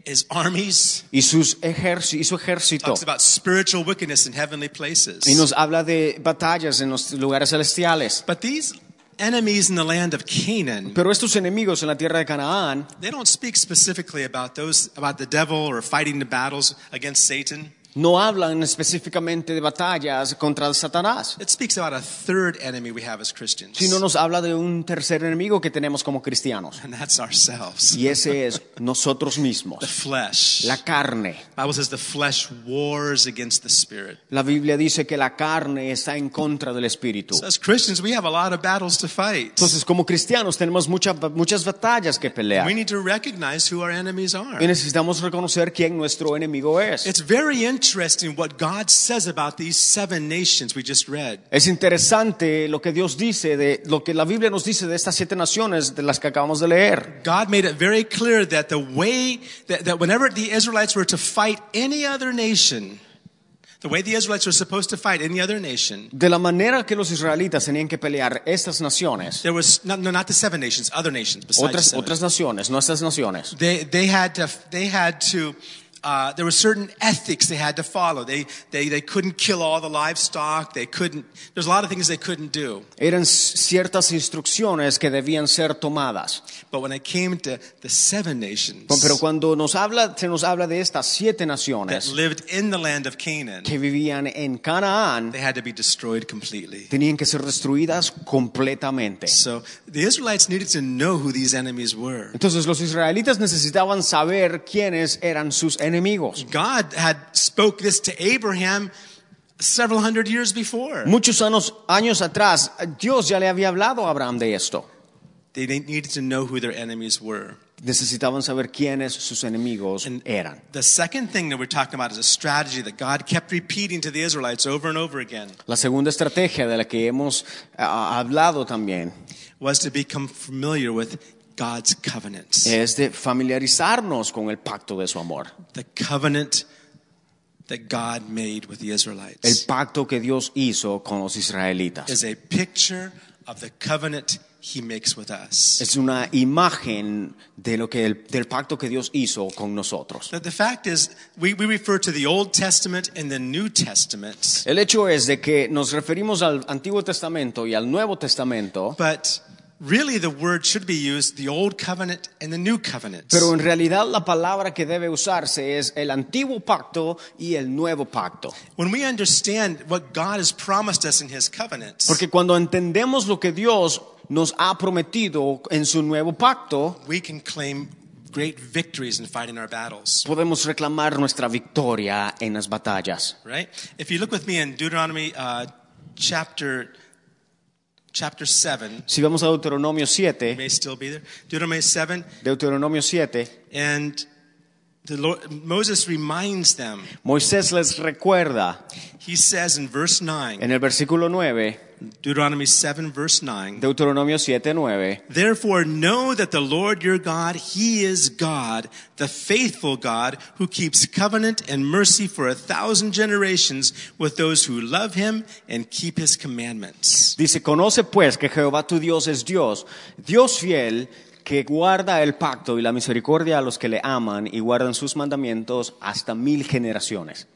his armies
y, sus ejerci- y su ejército.
talks about spiritual wickedness in heavenly places.
Y nos habla de batallas en los lugares celestiales.
but these enemies in the land of Canaan,
Pero estos enemigos en la tierra de Canaán
they don't speak specifically about those about the devil or fighting the battles against Satan.
no hablan específicamente de batallas contra Satanás,
It speaks about a third enemy we have as Christians,
sino nos habla de un tercer enemigo que tenemos como cristianos.
and that's ourselves.
Y ese es nosotros
The
mismos,
flesh.
la carne.
Bible says the flesh wars against the spirit.
La Biblia dice que la carne está en contra del espíritu.
So as Christians, we have a lot of battles to fight.
Entonces, como cristianos tenemos mucha- muchas batallas que pelear.
We need to recognize who our enemies are.
Y necesitamos reconocer quién nuestro enemigo es.
It's very interesting what God says about these seven nations we just read.
Es interesante lo que Dios dice, de lo que la Biblia nos dice de estas siete naciones de las que acabamos de leer.
God made it very clear that the way that, that whenever the Israelites were to fight any other nation, the way the Israelites were supposed to fight any other nation,
De la manera que los israelitas tenían que pelear estas naciones,
there was no, no not the seven nations, other nations besides the
otras,
seven.
otras naciones, no estas naciones.
They they had to they had to. Uh, there were certain ethics they had to follow. They, they, they couldn't kill all the livestock. They couldn't, there's a lot of things they couldn't do.
Eran ciertas instrucciones que debían ser tomadas.
But when it came to the seven nations
Pero cuando nos habla, se nos habla de estas siete
that
naciones
lived in the land of Canaan,
que vivían en Canaán,
they had to be destroyed completely.
tenían que ser destruidas completamente.
So the Israelites needed to know who these enemies were.
Entonces los israelitas necesitaban saber quiénes eran sus enemigos.
God had spoke this to Abraham several hundred years before.
Muchos años, años atrás, Dios ya le había hablado a Abraham de esto.
They needed to know who their enemies were.
Necesitaban saber quiénes sus enemigos eran.
The second thing that we're talking about is a strategy that God kept repeating to the Israelites over and over again
La segunda estrategia de la que hemos ah, hablado también
was to become familiar with God's covenant.
es de familiarizarnos con el pacto de su amor,
The covenant that God made with the
el
Israelites
pacto que Dios hizo con los israelitas.
is a picture of the covenant he makes with us.
Es una imagen de lo que el- del pacto que Dios hizo con nosotros.
But the fact is, we, we refer to the Old Testament and the New Testament,
El hecho es de que nos referimos al Antiguo Testamento y al Nuevo Testamento,
but really the word should be used the Old Covenant and the New Covenant.
pero en realidad la palabra que debe usarse es el Antiguo Pacto y el Nuevo Pacto.
When we understand what God has promised us in his covenant,
Porque cuando entendemos lo que Dios nos ha prometido en su Nuevo Pacto,
we can claim great victories in fighting our battles,
podemos reclamar nuestra victoria en las batallas.
right? If you look with me in Deuteronomy uh, chapter chapter 7,
Si vamos a Deuteronomio
it
7,
may still be there. Deuteronomy 7
Deuteronomio 7,
and the Lord, Moses reminds them.
Moisés les recuerda
He says in verse 9,
en el versículo 9,
Deuteronomy 7 verse 9,
Deuteronomio 7, 9.
Therefore, know that the Lord your God, He is God, the faithful God, who keeps covenant and mercy for a thousand generations with those who love Him and keep His commandments.
Dice, conoce pues que Jehová tu Dios es Dios, Dios fiel, que guarda el pacto y la misericordia a los que le aman y guardan sus mandamientos hasta mil generaciones.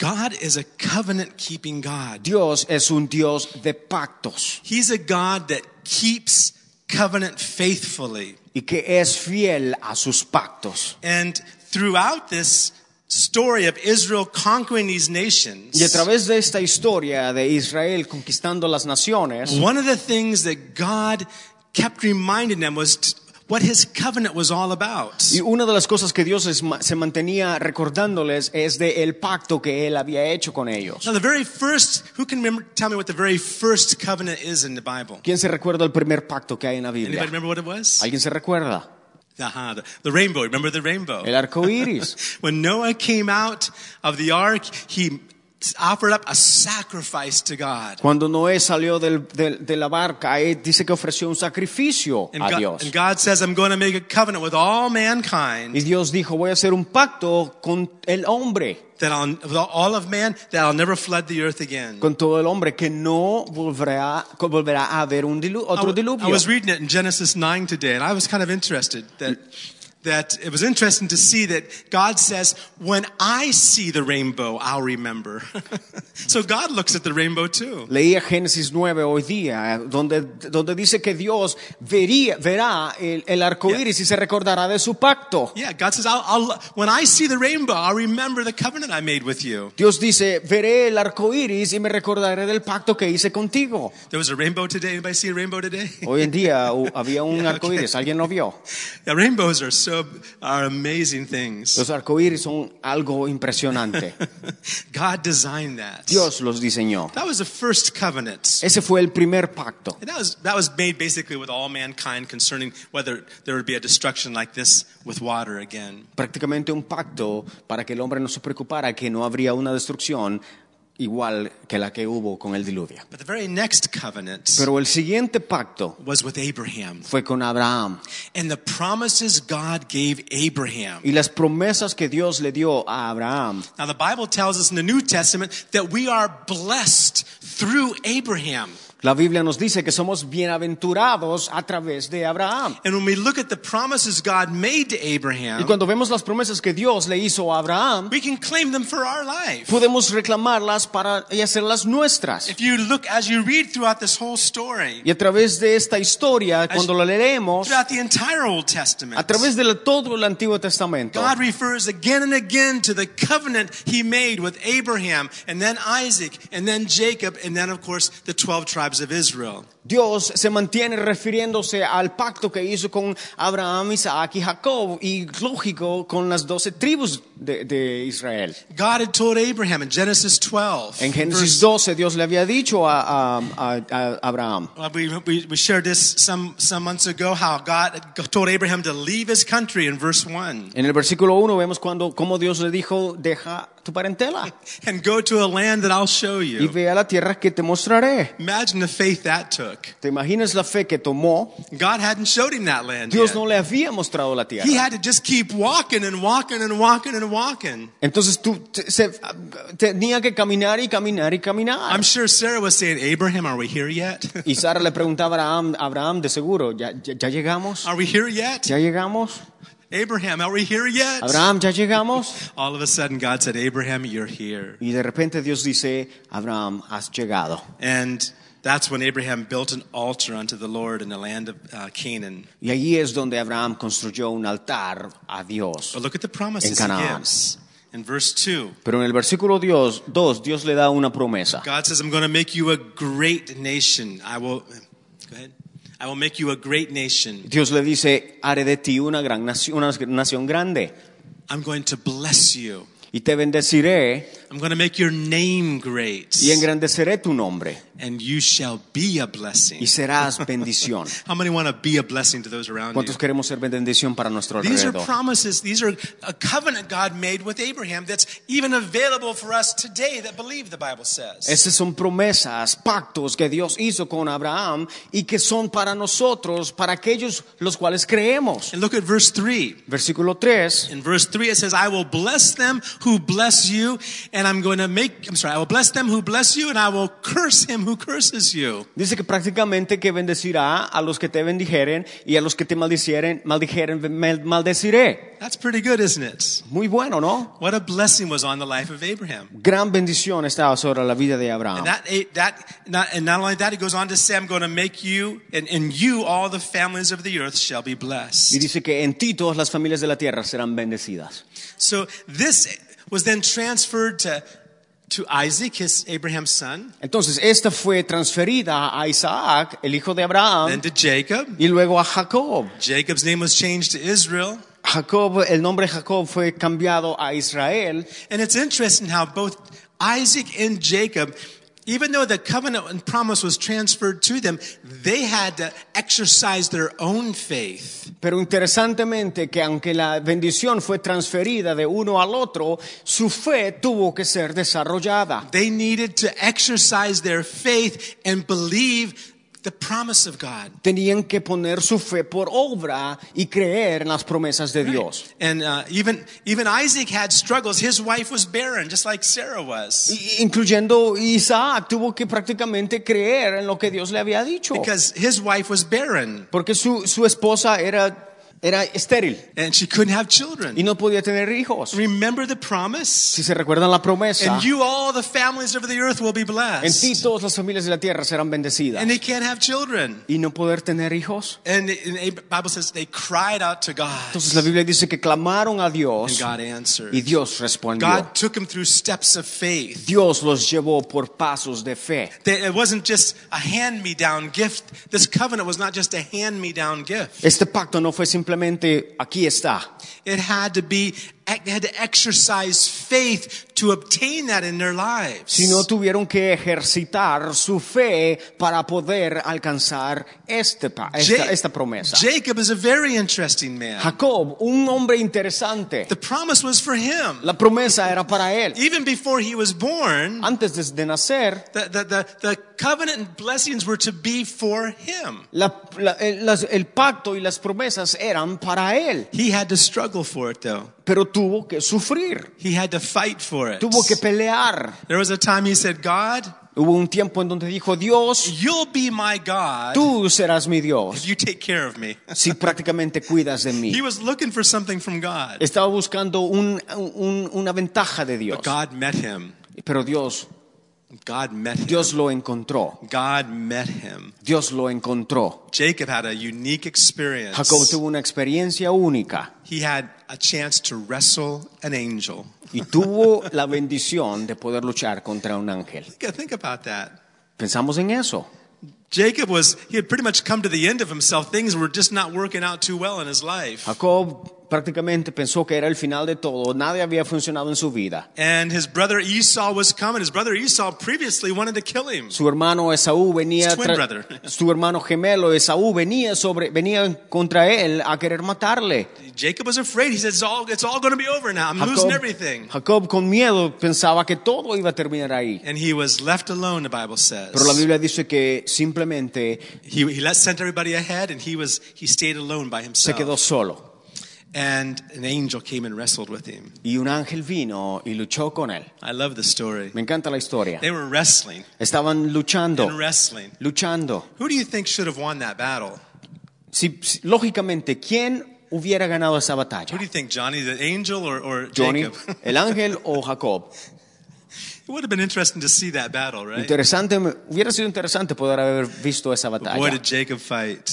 God is a covenant keeping God.
Dios es un Dios de pactos
He's a God that keeps covenant faithfully.
y que es fiel a sus pactos.
And throughout this story of Israel conquering these nations,
Y a través de esta historia de Israel conquistando las naciones,
one of the things that God kept reminding them was t- what his covenant was all about.
y una de las cosas que Dios es- se mantenía recordándoles es de el pacto que él había hecho con ellos.
Now, the very first, who can remember, tell me what the very first covenant is in the Bible?
¿Quién se recuerda el primer pacto que hay en la
Anybody
Biblia?
remember what it was?
¿Alguien se recuerda?
Aha, the, the rainbow. Remember the rainbow?
El arco iris.
When Noah came out of the ark, he offered up a sacrifice to God.
Cuando Noé salió del- del- de la barca, él dice que ofreció un sacrificio
And
a
God,
Dios.
and God says, I'm going to make a covenant with all mankind,
Y Dios dijo, voy a hacer un pacto con el hombre,
that I'll, with all of man, that I'll never flood the earth again.
con todo el hombre, que no volverá, que volverá a haber un dilu-
I w-
otro
I
diluvio.
was reading it in Genesis 9 today, and I was kind of interested that, that it was interesting to see that God says, When I see the rainbow, I'll remember. so God looks at the rainbow too.
Leía Génesis 9 hoy día, eh, donde, donde dice que Dios vería, verá el, el arco iris y se recordará de su pacto.
Yeah, God says, I'll, I'll, When I see the rainbow, I'll remember the covenant I made with you.
Dios dice, veré el arco iris y me recordaré del pacto que hice contigo.
There was a rainbow today. Anybody see a rainbow today?
Hoy en día uh, había un
Yeah,
arco iris, ¿alguien lo vio?
Yeah, rainbows are so are amazing things.
Los arcoíris son algo impresionante.
God designed that.
Dios los diseñó.
That was the first covenant.
Ese fue el primer pacto.
And that was, that was made basically with all mankind concerning whether there would be a destruction like this with water again.
Prácticamente un pacto para que el hombre no se preocupara que no habría una destrucción igual que la que hubo con el diluvio.
But the very next covenant
Pero el siguiente pacto
was with Abraham.
fue con Abraham.
And the promises God gave Abraham.
Y las promesas que Dios le dio a Abraham.
Now, the Bible tells us in the New Testament that we are blessed through Abraham.
La Biblia nos dice que somos bienaventurados a través de Abraham.
And when we look at the promises God made to
Y
Abraham,
cuando vemos las promesas que Dios le hizo a Abraham,
we can claim them for our life.
podemos reclamarlas para y hacerlas nuestras.
If you look, as you read throughout this whole story,
Y a través de esta historia, cuando la leemos,
throughout the entire Old Testament,
a través de la- todo el Antiguo Testamento,
God refers again and again to the covenant he made with Abraham and then Isaac and then Jacob and then, of course, the 12 tribes of Israel.
Dios se mantiene refiriéndose al pacto que hizo con Abraham, Isaac y Jacob, y lógico, con las doce tribus de, de Israel.
God had told Abraham in Genesis 12.
En
verse-
Génesis 12, Dios le había dicho a, a- a- a Abraham.
well, Uh, we, we, we shared this some, some months ago how God told Abraham to leave his country in verse 1
En el versículo 1 vemos cuando, cómo Dios le dijo, deja tu parentela
and go to a land that I'll show
y
you.
ve a la tierra que te mostraré.
Imagine the faith that took.
¿Te imaginas la fe que tomó?
God hadn't showed him that land.
Dios
yet.
no le había mostrado la tierra.
He had to just keep walking and walking and walking and walking.
Entonces tú te- se- tenía que caminar y caminar y caminar.
I'm sure Sarah was saying, Abraham, are we here yet?
Y Sara le preguntaba a Abraham, Abraham de seguro, ¿ya, ya, ya llegamos?
Are we here yet?
¿Ya llegamos?
Abraham, are we here yet?
Abraham, ¿ya llegamos?
All of a sudden, God said, Abraham, you're here.
Y de repente Dios dice, Abraham, has llegado.
And that's when Abraham built an altar unto the Lord in the land of uh, Canaan.
Y allí es donde Abraham construyó un altar a Dios.
But look at the promises
In
he
Canaan.
gives. In verse 2,
Pero en el versículo 2, Dios, Dios le da una promesa.
God says, I'm going to make you a great nation. I will, go ahead. I will make you a great nation.
Dios le dice, haré de ti una gran nación, una nación grande
I'm going to bless you.
y te bendeciré
I'm going to make your name great.
y engrandeceré tu nombre
And you shall be a blessing.
y serás bendición.
How many want to be a blessing to those around you?
¿Cuántos queremos ser bendición para nuestro
These are
alrededor?
promises, these are a covenant God made with Abraham that's even available for us today that believe, the Bible says.
Esas son promesas, pactos que Dios hizo con Abraham y que son para nosotros, para aquellos los cuales creemos.
And look at verse 3.
Versículo 3.
In verse 3, it says, I will bless them who bless you, and I'm going to make, I'm sorry, I will bless them who bless you, and I will curse him who curses you.
Dice que prácticamente que bendecirá a los que te bendijeren y a los que te maldicieren, maldijeren, mal- maldeciré.
That's pretty good, isn't it?
Muy bueno, ¿no?
What a blessing was on the life of Abraham.
Gran bendición estaba sobre la vida de Abraham.
And that, that, not, and not only that, he goes on to say, I'm going to make you, and in you all the families of the earth shall be
Y
blessed.
dice que en ti todas las familias de la tierra serán bendecidas.
So this was then transferred to, to Isaac, his Abraham's son,
Entonces, esta fue transferida a Isaac, el hijo de Abraham,
then to Jacob.
y luego a Jacob.
Jacob's name was changed to Israel.
Jacob, el nombre Jacob fue cambiado a Israel.
And it's interesting how both Isaac and Jacob, even though the covenant and promise was transferred to them, they had to exercise their own faith.
Pero interesantemente que aunque la bendición fue transferida de uno al otro, su fe tuvo que ser desarrollada.
They needed to exercise their faith and believe the promise of God.
Tenían que poner su fe por obra y creer en las promesas de Dios.
And uh, even even Isaac had struggles. His wife was barren, just like Sarah was,
Y- Incluyendo Isaac, tuvo que prácticamente creer en lo que Dios le había dicho.
because his wife was barren
Porque su, su esposa era, era estéril
and she couldn't have
y
children.
no podía tener hijos.
Remember the promise,
Si se recuerdan la promesa,
and you all the families of the earth will be
en ti
blessed.
todas las familias de la tierra serán bendecidas.
And they can't have children.
Y no poder tener hijos.
And the, and the Bible says they cried out to God,
Entonces la Biblia dice que clamaron a
and
Dios
God answered.
y Dios respondió.
God took them through steps of faith.
Dios los llevó por pasos de fe.
They- It wasn't just a hand-me-down gift. This covenant was not just a hand-me-down gift.
Este pacto no fue simplemente aquí está.
It had to be, they had to exercise faith to obtain that in their lives.
sino tuvieron que ejercitar su fe para poder alcanzar este pa- esta,
Ja-
esta promesa.
Jacob is a very interesting man.
Jacob, un hombre interesante.
the promise was for him.
La promesa era para él.
Even before he was born,
Antes de- de nacer,
the, the, the, the covenant and blessings were to be for him.
la- la- el, las- el pacto y las promesas eran para él,
He had to struggle for it though.
pero tuvo que sufrir,
He had to fight for it.
tuvo que pelear.
There was a time he said, God,
Hubo un tiempo en donde dijo, Dios,
you'll be my God
tú serás mi Dios
if you take care of me.
si prácticamente cuidas de mí.
He was looking for something from God.
Estaba buscando un- un- una ventaja de Dios,
But God met him.
pero Dios
God met him.
Dios lo encontró.
God met him.
Dios lo encontró.
Jacob had a unique experience.
Jacob tuvo una experiencia única
He had a chance to wrestle an angel.
y tuvo la bendición de poder luchar contra un ángel.
Think, think about that.
Pensamos en eso.
Jacob was, he had pretty much come to the end of himself. Things were just not working out too well in his life.
Jacob prácticamente pensó que era el final de todo, nada había funcionado en su vida.
And his brother Esau was coming. His brother Esau previously wanted to kill him.
Su hermano Esaú venía,
His twin
tra-
brother.
su hermano gemelo Esaú venía sobre, venía contra él a querer matarle.
Jacob was afraid. He said, It's all, it's all going to be over now. I'm losing everything.
Jacob con miedo pensaba que todo iba a terminar ahí.
And he was left alone, the Bible says.
Pero la Biblia dice que simplemente
He, he let, sent everybody ahead, and he, was, he stayed alone by
se quedó
himself.
solo.
And an angel came and wrestled with him.
Y un ángel vino y luchó con él.
I love the story.
Me encanta la historia.
They were wrestling
Estaban luchando,
and wrestling.
luchando.
Who do you think should have won that battle?
Si, si- lógicamente, ¿quién hubiera ganado esa
Who
batalla?
do you think, Johnny, the angel or, or
Johnny,
Jacob?
el ángel o Jacob.
it would have been interesting to see that battle, right?
Interesante, hubiera sido interesante poder haber visto esa
Boy,
batalla
did Jacob fight.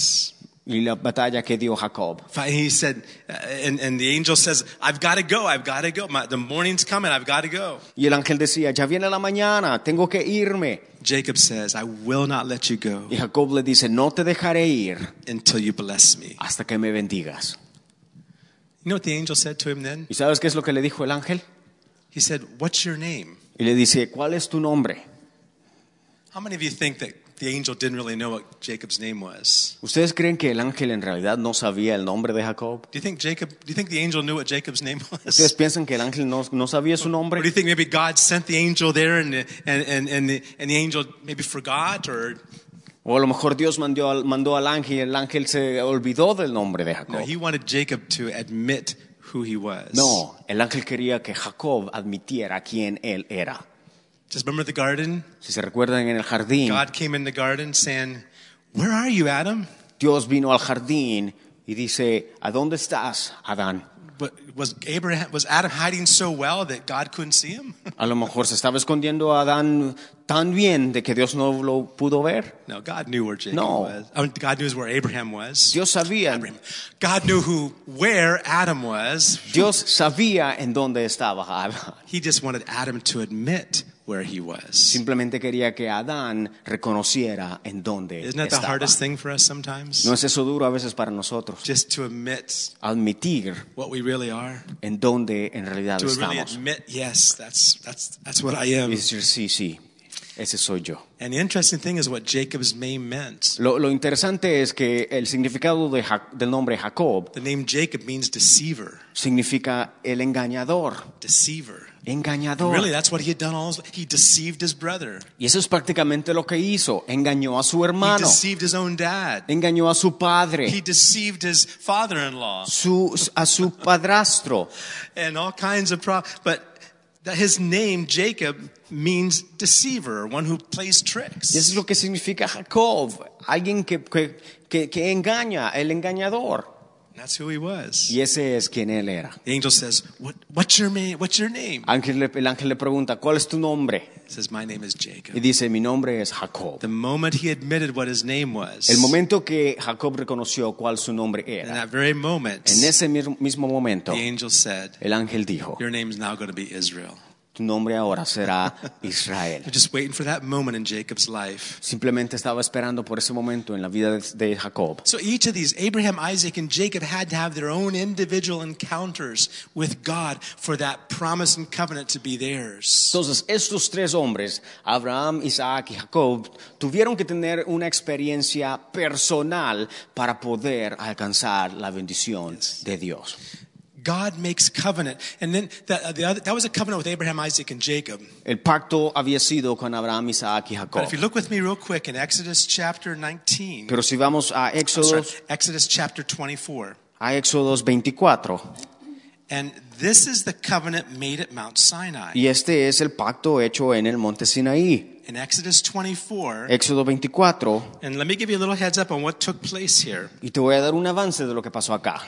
y la batalla que dio Jacob.
Fi- He said, uh, and, and the angel says, I've got to go, I've got to go. My, the morning's coming, I've got to go.
Y el ángel decía, ya viene la mañana, tengo que irme.
Jacob says, I will not let you go
Y Jacob le dice, no te dejaré ir
until you bless me.
hasta que me bendigas.
You know what the angel said to him then?
¿Y sabes qué es lo que le dijo el ángel?
He said, What's your name?
Y le dice, ¿cuál es tu nombre?
How many of you think that the angel didn't really know what Jacob's name was?
¿Ustedes creen que el ángel en realidad no sabía el nombre de Jacob?
Do you think Jacob, do you think the angel knew what Jacob's name was?
¿Ustedes piensan que el ángel no, no sabía su
Or do you
nombre?
think maybe God sent the angel there and, and, and, and, the, and the angel maybe forgot or
O a lo mejor Dios mandó al, mandó al ángel y el ángel se olvidó del nombre de
no,
Jacob.
he wanted Jacob to admit who he was.
No, el ángel quería que Jacob admitiera quién él era.
Just remember the garden?
Si se recuerdan en el jardín,
God came in the garden saying, Where are you, Adam?
Dios vino al jardín y dice, ¿a dónde estás, Adán?
But was Abraham was Adam hiding so well that God couldn't see him?
A lo mejor se estaba escondiendo a Adán tan bien de que Dios no lo pudo ver.
No, God knew where Jacob
No.
was. I mean, God knew where Abraham was.
Dios sabía,
Abraham. God knew who where Adam was.
Dios sabía en dónde estaba Adán.
He just wanted Adam to admit where he was.
Simplemente quería que Adán reconociera en dónde
Isn't that the
estaba.
hardest thing for us sometimes?
¿No es eso duro a veces para nosotros?
Just to admit
Admitir
what we really are.
en dónde en realidad
To really
estamos.
admit, yes, that's that's that's what I am.
Y decir, sí, sí, ese soy yo.
And the interesting thing is what Jacob's name meant.
Lo, lo interesante es que el significado de Ja- del nombre Jacob
The name Jacob means deceiver.
significa el engañador.
Deceiver.
Engañador.
Really, that's what he had done all his He deceived his brother.
Y eso es prácticamente lo que hizo. Engañó a su
He
hermano,
deceived his own dad.
engañó a su
He
padre,
deceived his father-in-law.
su- a su padrastro.
and all kinds of problems. But that his name, Jacob, means deceiver, or one who plays
Y eso
tricks.
es lo que significa Jacob, alguien que, que- que- que engaña, el engañador.
And that's who he was.
Y ese es quien él era.
The angel says, what, what's, your name? what's your name?
Ángel le- el ángel le pregunta, ¿cuál es tu nombre?
He says, My name is Jacob.
Y dice, mi nombre es Jacob.
The moment he admitted what his name was,
El momento que Jacob reconoció cuál su nombre
in
era,
that very moment,
en
the
ese mi- mismo momento,
angel said,
el ángel dijo,
Your name's now going to be Israel.
tu nombre ahora será Israel.
I'm just waiting for that moment in Jacob's life.
Simplemente estaba esperando por ese momento en la vida de- de Jacob.
So each of these, Abraham, Isaac, and Jacob, had to have their own individual encounters with God for that promise and covenant to be theirs.
Entonces, estos tres hombres, Abraham, Isaac y Jacob, tuvieron que tener una experiencia personal para poder alcanzar la bendición de Dios.
God makes covenant. And then that, the other, that was a covenant with Abraham, Isaac, and Jacob.
El pacto había sido con Abraham, Isaac y
But
Jacob.
if you look with me real quick in Exodus chapter 19,
Pero si vamos a
sorry,
Éxodo,
Exodus chapter 24,
a Éxodos 24,
and this is the covenant made at Mount Sinai.
y este es el pacto hecho en el monte Sinaí.
In Exodus 24,
Éxodo 24,
and let me give you a little heads up on what took place here.
y te voy a dar un avance de lo que pasó acá.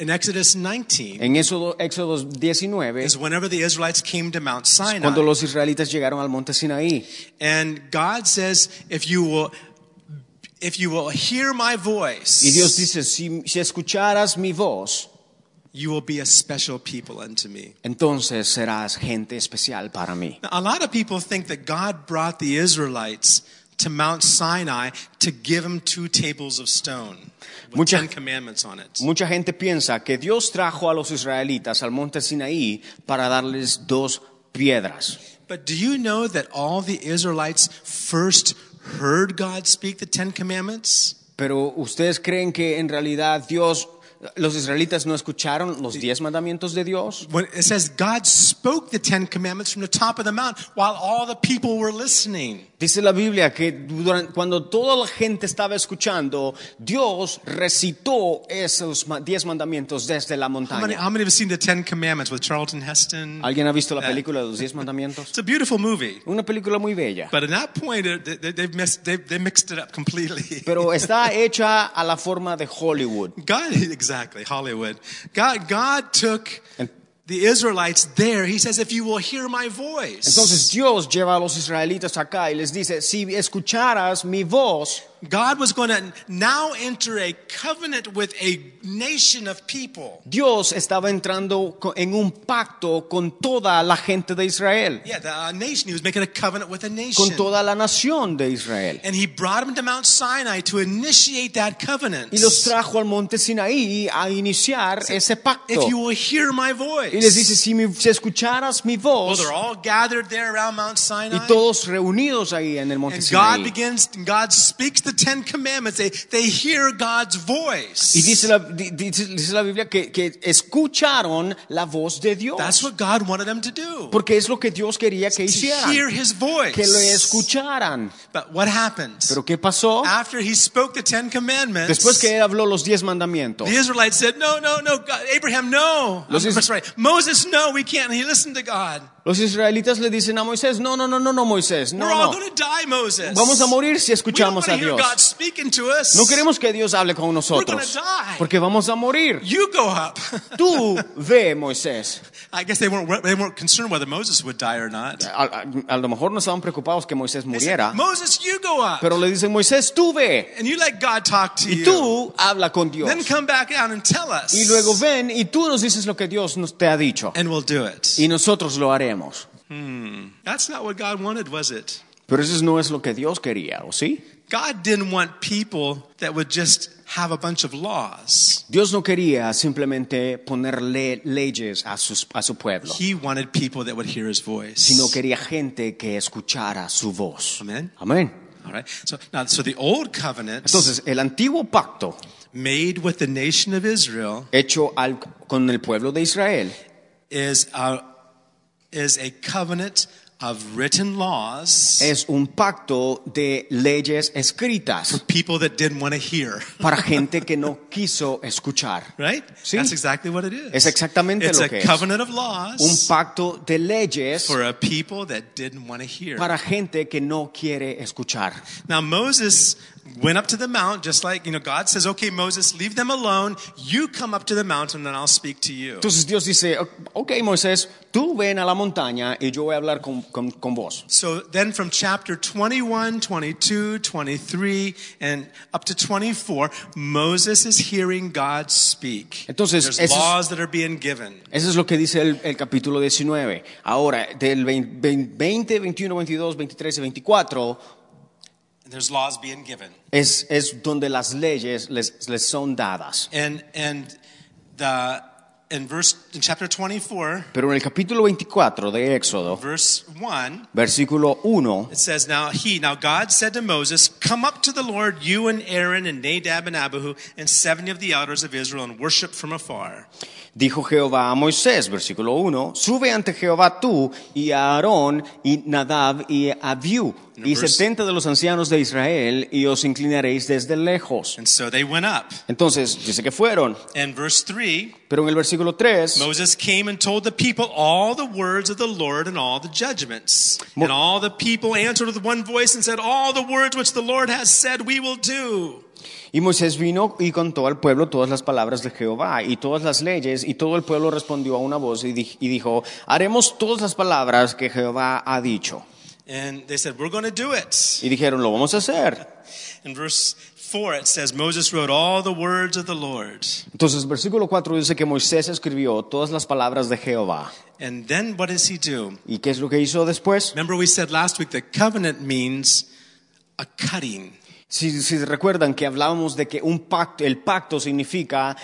In Exoddos 19
En Éxodo, Éxodos 19,
is whenever the Israelites came to Mount
cuando
Sinai,
los israelitas llegaron al monte Sinaí.
and God says, if you will, if you will hear my
Y
voice,
Dios dice, si, si escucharas mi voz,
you will be a special people unto me.
entonces serás gente especial para mí.
Now, a lot of people think that God brought the Israelites to Mount Sinai to give them two tables of stone with
Mucha-
ten commandments on it.
Mucha gente piensa que Dios trajo a los israelitas al monte Sinaí para darles dos piedras.
But do you know that all the Israelites first heard God speak the ten commandments?
Pero ustedes creen que en realidad Dios, los israelitas no escucharon los diez mandamientos de Dios.
When it says God spoke the ten commandments from the top of the mount while all the people were listening.
Dice la Biblia que duran- cuando toda la gente estaba escuchando, Dios recitó esos ma- diez mandamientos desde la
How many,
montaña.
how many have seen the ten commandments with Charlton Heston?
¿Alguien ha visto la
Eh.
película de los diez mandamientos?
It's a beautiful movie.
Una película muy bella,
But at that point, it- they, they, they've messed, they, they mixed it up completely.
pero está hecha a la forma de Hollywood.
God, exactly, Hollywood. God, God took
En-
the Israelites there. He says, if you will hear my voice.
Entonces Dios lleva a los israelitas acá y les dice, si escucharas mi voz,
God was going to now enter a covenant with a nation of people.
Dios estaba entrando co- en un pacto con toda la gente de Israel,
Yeah, the uh, nation. He was making a covenant with a nation.
con toda la nación de Israel.
And he brought him to Mount Sinai to initiate that covenant.
Y los trajo al monte Sinaí a iniciar ese pacto.
If you will hear my voice.
Y les dice, si, mi- si escucharas mi
well,
voz,
they're all gathered there around Mount Sinai.
y todos reunidos ahí en el monte
and God
Sinaí.
begins, God speaks the the Ten Commandments, they, they hear God's
Y
voice.
dice la, di- di- dice la Biblia que, que escucharon la voz de Dios.
That's what God wanted them to do.
Porque es lo que Dios quería que
To hear
hicieran.
his
Que lo
voice.
escucharan.
But what happened?
Pero ¿qué pasó?
After he spoke the Ten Commandments,
Después que
the
él habló los diez mandamientos.
Israelites said, No, no, no, God, Abraham, no.
Los
I'm
is-
sorry. Moses, no, we can't. He listened to God.
Los israelitas le dicen a Moisés, no, no, no, no, no, Moisés, no,
We're all
no.
going to die, Moses.
Vamos a morir si
We don't
escuchamos
want
a
to hear
Dios.
God speaking to us.
No queremos que Dios hable con nosotros,
We're gonna die.
porque vamos a morir.
You go up.
Tú ve, Moisés.
I guess they weren't, they weren't concerned whether Moses would die or not.
A, a- a lo mejor no estaban preocupados que Moisés
They said,
muriera,
Moses, you go up.
pero le dicen, Moisés, tú ve.
and you let God talk to
Y
you.
tú habla con Dios.
Then come back down and tell us.
Y luego ven y tú nos dices lo que Dios nos te ha dicho.
and we'll do it.
Y nosotros lo haremos.
That's not what God wanted, was it?
Pero eso no es lo que Dios quería, ¿o sí?
God didn't want people that would just have a bunch of laws.
Dios no quería simplemente ponerle leyes a, sus- a su pueblo.
He wanted people that would hear his voice.
sino quería gente que escuchara su voz.
Amén.
Amén.
All right. So now, so the old covenant
Entonces, el antiguo pacto
made with the nation of Israel
hecho al- con el pueblo de Israel
is a, is a covenant of written laws
es un pacto de leyes escritas
people that didn't want to hear.
para gente que no quiso escuchar.
Right?
Sí.
That's exactly what it is.
Es exactamente
it's
lo
a
que es.
covenant of
Un
laws
pacto de leyes
for a people that didn't want to hear.
para gente que no quiere escuchar.
Now Moses went up to the mount just like, you know, God says, "Okay, Moses, leave them alone. You come up to the mountain and I'll speak to you."
Entonces Dios dice, ok Moisés, tú ven a la montaña y yo voy a hablar con, con- con vos.
So then from chapter 21, 22, 23 and up to 24, Moses is hearing God speak.
Entonces,
There's
esos-
laws that are being given.
Eso es lo que dice el, el capítulo 19. Ahora, del 20, 20, 21, 22, 23 y 24
There's laws being given.
es, es donde las leyes les, les son dadas.
And and the in verse in chapter 24,
Pero en el capítulo 24 de Éxodo,
verse 1,
versículo 1,
it says, Now he, now God said to Moses, Come up to the Lord, you and Aaron and Nadab and Abihu and 70 of the elders of Israel and worship from afar.
dijo Jehová a Moisés, versículo 1, sube ante Jehová tú y a Aarón y Nadab y Abiú y
Verse-
70 de los ancianos de Israel y os inclinaréis desde lejos.
And so they went up.
Entonces, dice que fueron.
And verse 3,
Pero en el versículo 3...
Moses came and told the people all the words of the Lord and all the judgments.
Mo-
and all the people answered with one voice and said, All the words which the Lord has said we will do.
Y Moisés vino y contó al pueblo todas las palabras de Jehová y todas las leyes, y todo el pueblo respondió a una voz y, di- y dijo, haremos todas las palabras que Jehová ha dicho.
And they said, We're going to do it.
Y dijeron, lo vamos a hacer.
In verse 4, it says, Moses wrote all the words of the Lord.
Entonces, versículo 4 dice que Moisés escribió todas las palabras de Jehová.
And then what does he do?
¿Y qué es lo que hizo después?
Remember, we said last week that covenant means a cutting.
Si, si recuerdan que hablábamos de que un pacto, el pacto significa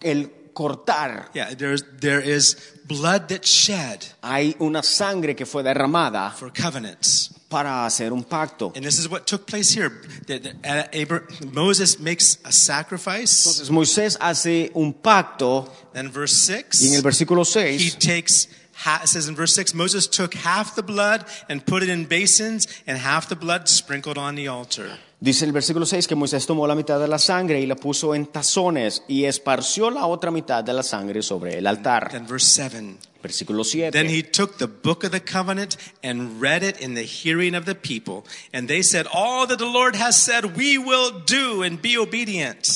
el cortar.
Yeah, there's, there is blood that's shed
Hay una sangre que fue derramada
for covenants.
para hacer un pacto.
And this is what took place here. The- the- uh, Abra- Moses makes a sacrifice.
Entonces Moisés hace un pacto
Then verse
Y en
6,
el versículo
he
6
takes, ha- it says in verse 6, Moses took half the blood and put it in basins and half the blood sprinkled on the altar.
dice el versículo 6 que Moisés tomó la mitad de la sangre y la puso en tazones y esparció la otra mitad de la sangre sobre el altar.
Then verse 7,
Versículo
Then
7.
he took the book of the covenant and read it in the hearing of the people. And they said, All that the Lord has said, we will do and be obedient.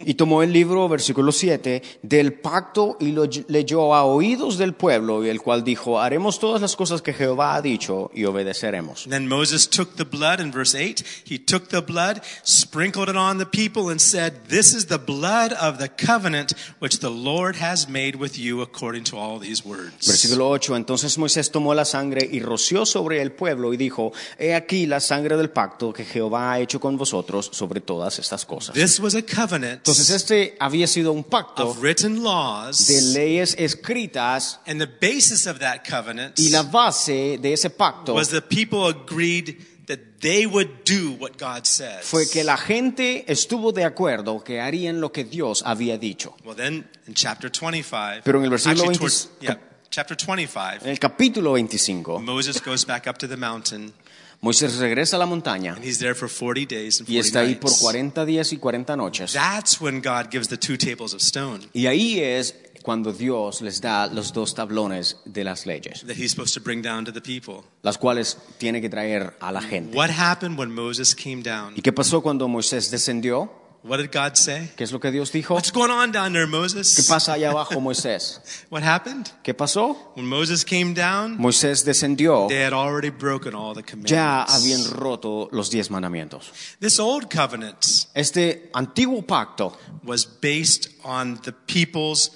Y tomó el libro, versículo 7, del pacto y lo ll- leyó a oídos del pueblo y el cual dijo, haremos todas las cosas que Jehová ha dicho y obedeceremos.
then Moses took the blood in verse 8. He took the blood, sprinkled it on the people, and said, This is the blood of the covenant which the Lord has made with you according to all these words.
Versículo 8. Entonces Moisés tomó la sangre y roció sobre el pueblo y dijo, he aquí la sangre del pacto que Jehová ha hecho con vosotros sobre todas estas cosas.
This was a covenant
Entonces este había sido un pacto
of written laws.
de leyes escritas
and the basis of that covenant
y la base de ese pacto
was the people agreed that they would do what God says.
fue que la gente estuvo de acuerdo que harían lo que Dios había dicho.
Well, then in chapter 25,
Pero en el versículo Eh.
actually
20
towards- yeah, chapter 25,
En el capítulo 25,
Moses goes back up to the mountain
Moisés regresa a la montaña
and he's there for 40 days and
y
40
está ahí por
nights.
40 días y 40 noches.
That's when God gives the two tables of stone
Y ahí es cuando Dios les da los dos tablones de las leyes,
that he's supposed to bring down to the people.
las cuales tiene que traer a la gente.
What happened when Moses came down?
¿Y qué pasó cuando Moisés descendió?
What did God say?
¿Qué es lo que Dios dijo?
What's going on down there,
¿Qué
Moses?
pasa allá abajo, Moisés?
What happened?
¿Qué pasó?
When Moses came down,
Moisés descendió.
they had already broken all the
Ya
commandments.
habían roto los diez mandamientos.
This old covenant
Este antiguo pacto
was based on the people's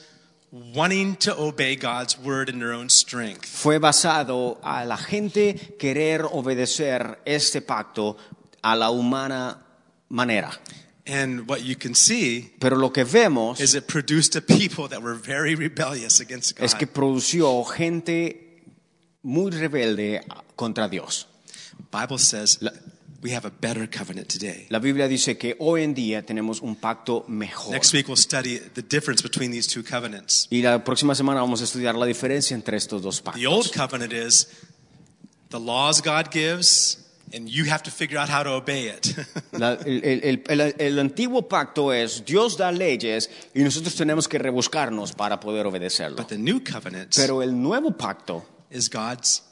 wanting to obey God's word in their own strength.
fue basado a la gente querer obedecer este pacto a la humana manera.
And what you can see
Pero lo que vemos
is it produced a people that were very rebellious against God.
es que produció gente muy rebelde contra Dios.
Bible says we have a better covenant today.
La Biblia dice que hoy en día tenemos un pacto mejor.
Next week we'll study the difference between these two covenants.
Y la próxima semana vamos a estudiar la diferencia entre estos dos
The old
pactos.
covenant is the laws God gives and you have to figure out how to obey it.
La- el, el- el- el- el antiguo pacto es Dios da leyes y nosotros tenemos que rebuscarnos para poder obedecerlo.
but the new covenant
Pero el nuevo pacto
is God's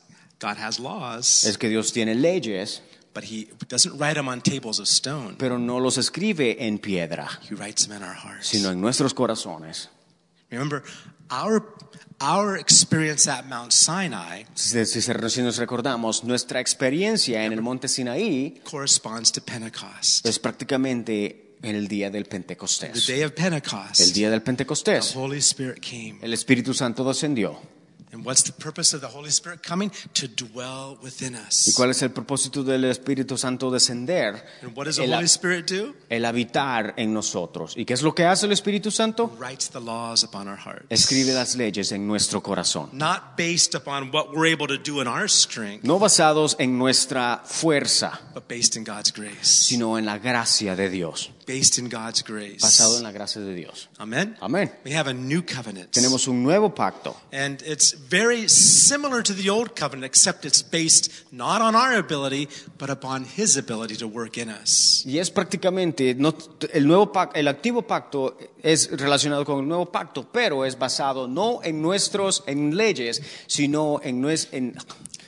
God has laws,
es que Dios tiene leyes,
but he doesn't write them on tables of stone.
pero no los escribe en piedra,
He writes them in our hearts.
sino en nuestros corazones.
Remember, our our experience at Mount Sinai
Si, si se- si nos recordamos, nuestra experiencia en el monte Sinaí
corresponds to Pentecost.
es prácticamente el día del
The
Pentecostés.
day of Pentecost,
El día del
the
Pentecostés,
Holy Spirit came.
el Espíritu Santo descendió.
And what's the purpose of the Holy Spirit coming? To dwell within
¿Y
us.
cuál es el propósito del Espíritu Santo descender?
And what does the
El,
Holy Spirit do?
el habitar en nosotros. ¿Y qué es lo que hace el Espíritu Santo?
Writes the laws upon our hearts.
Escribe las leyes en nuestro corazón.
Not based upon what we're able to do in our strength,
No basados en nuestra fuerza,
but based in God's grace.
sino en la gracia de Dios.
Based in God's grace.
Basado en la gracia de Dios.
Amen.
Amén.
We have a new covenant.
Tenemos un nuevo pacto.
And it's very similar to the old covenant, except it's based not on our ability, but upon his ability to work in us.
Y es prácticamente, no- el, nuevo pacto, el activo pacto es relacionado con el nuevo pacto, pero es basado no en nuestros, en leyes, sino en, nues- en-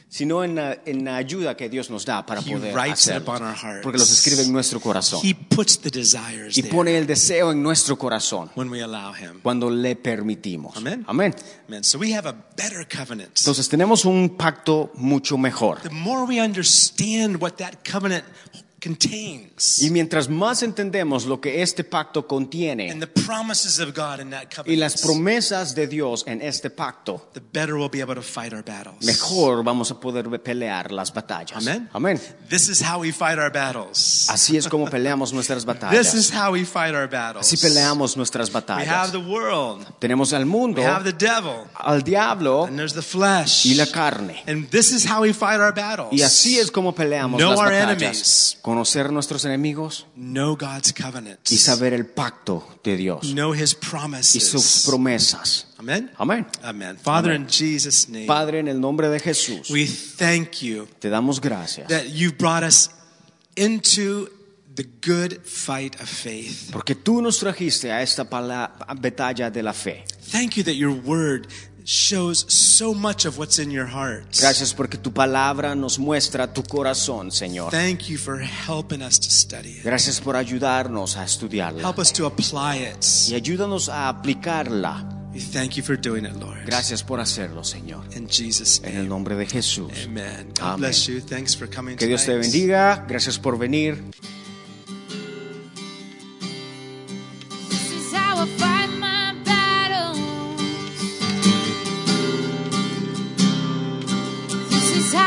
sino en la, en la ayuda que Dios nos da para
He
poder
writes it
hacerlo.
upon our hearts.
Porque los escribe en nuestro corazón.
He puts the desires
y
there
pone el deseo en nuestro corazón
when we allow him.
cuando le permitimos.
Amén.
Amén.
Amen. So we have a better covenant.
Entonces tenemos un pacto mucho mejor.
the more we understand what that covenant contains
Y mientras más entendemos lo que este pacto contiene
and the promises of God in that
y
covenant,
las promesas de Dios en este pacto,
the better we'll be able to fight our battles.
mejor vamos a poder pelear las batallas.
Amén.
Amén.
This is how we fight our battles.
Así es como peleamos nuestras
This is
batallas.
how we fight our battles.
Así peleamos nuestras
We have
batallas.
the world,
Tenemos al mundo,
we have the devil,
al diablo
and there's the flesh.
y la carne.
And this is how we fight our battles.
Y así es como peleamos
Know
las
our
batallas.
enemies.
Conocer nuestros enemigos
Know God's covenants.
y saber el pacto de Dios
Know his
y
promises.
sus promesas.
Amen.
Amén.
Amen. Father, in Jesus' name,
Padre, en el nombre de Jesús,
we thank you
te damos gracias
that you've brought us into the good fight of faith.
porque tú nos trajiste a esta pala- batalla de la fe.
Thank you that your word shows so much of what's in your heart.
Gracias porque tu palabra nos muestra tu corazón, Señor.
Thank you for helping us to study it.
Gracias por ayudarnos a estudiarla
Help us to apply it.
y ayúdanos a aplicarla.
We thank you for doing it, Lord.
Gracias por hacerlo, Señor.
In Jesus'
En
name.
el nombre de Jesús.
Amen. God
Amén.
bless you. Thanks for coming
Que Dios te
tonight.
bendiga. Gracias por venir.
This is how I fight my battles. This is how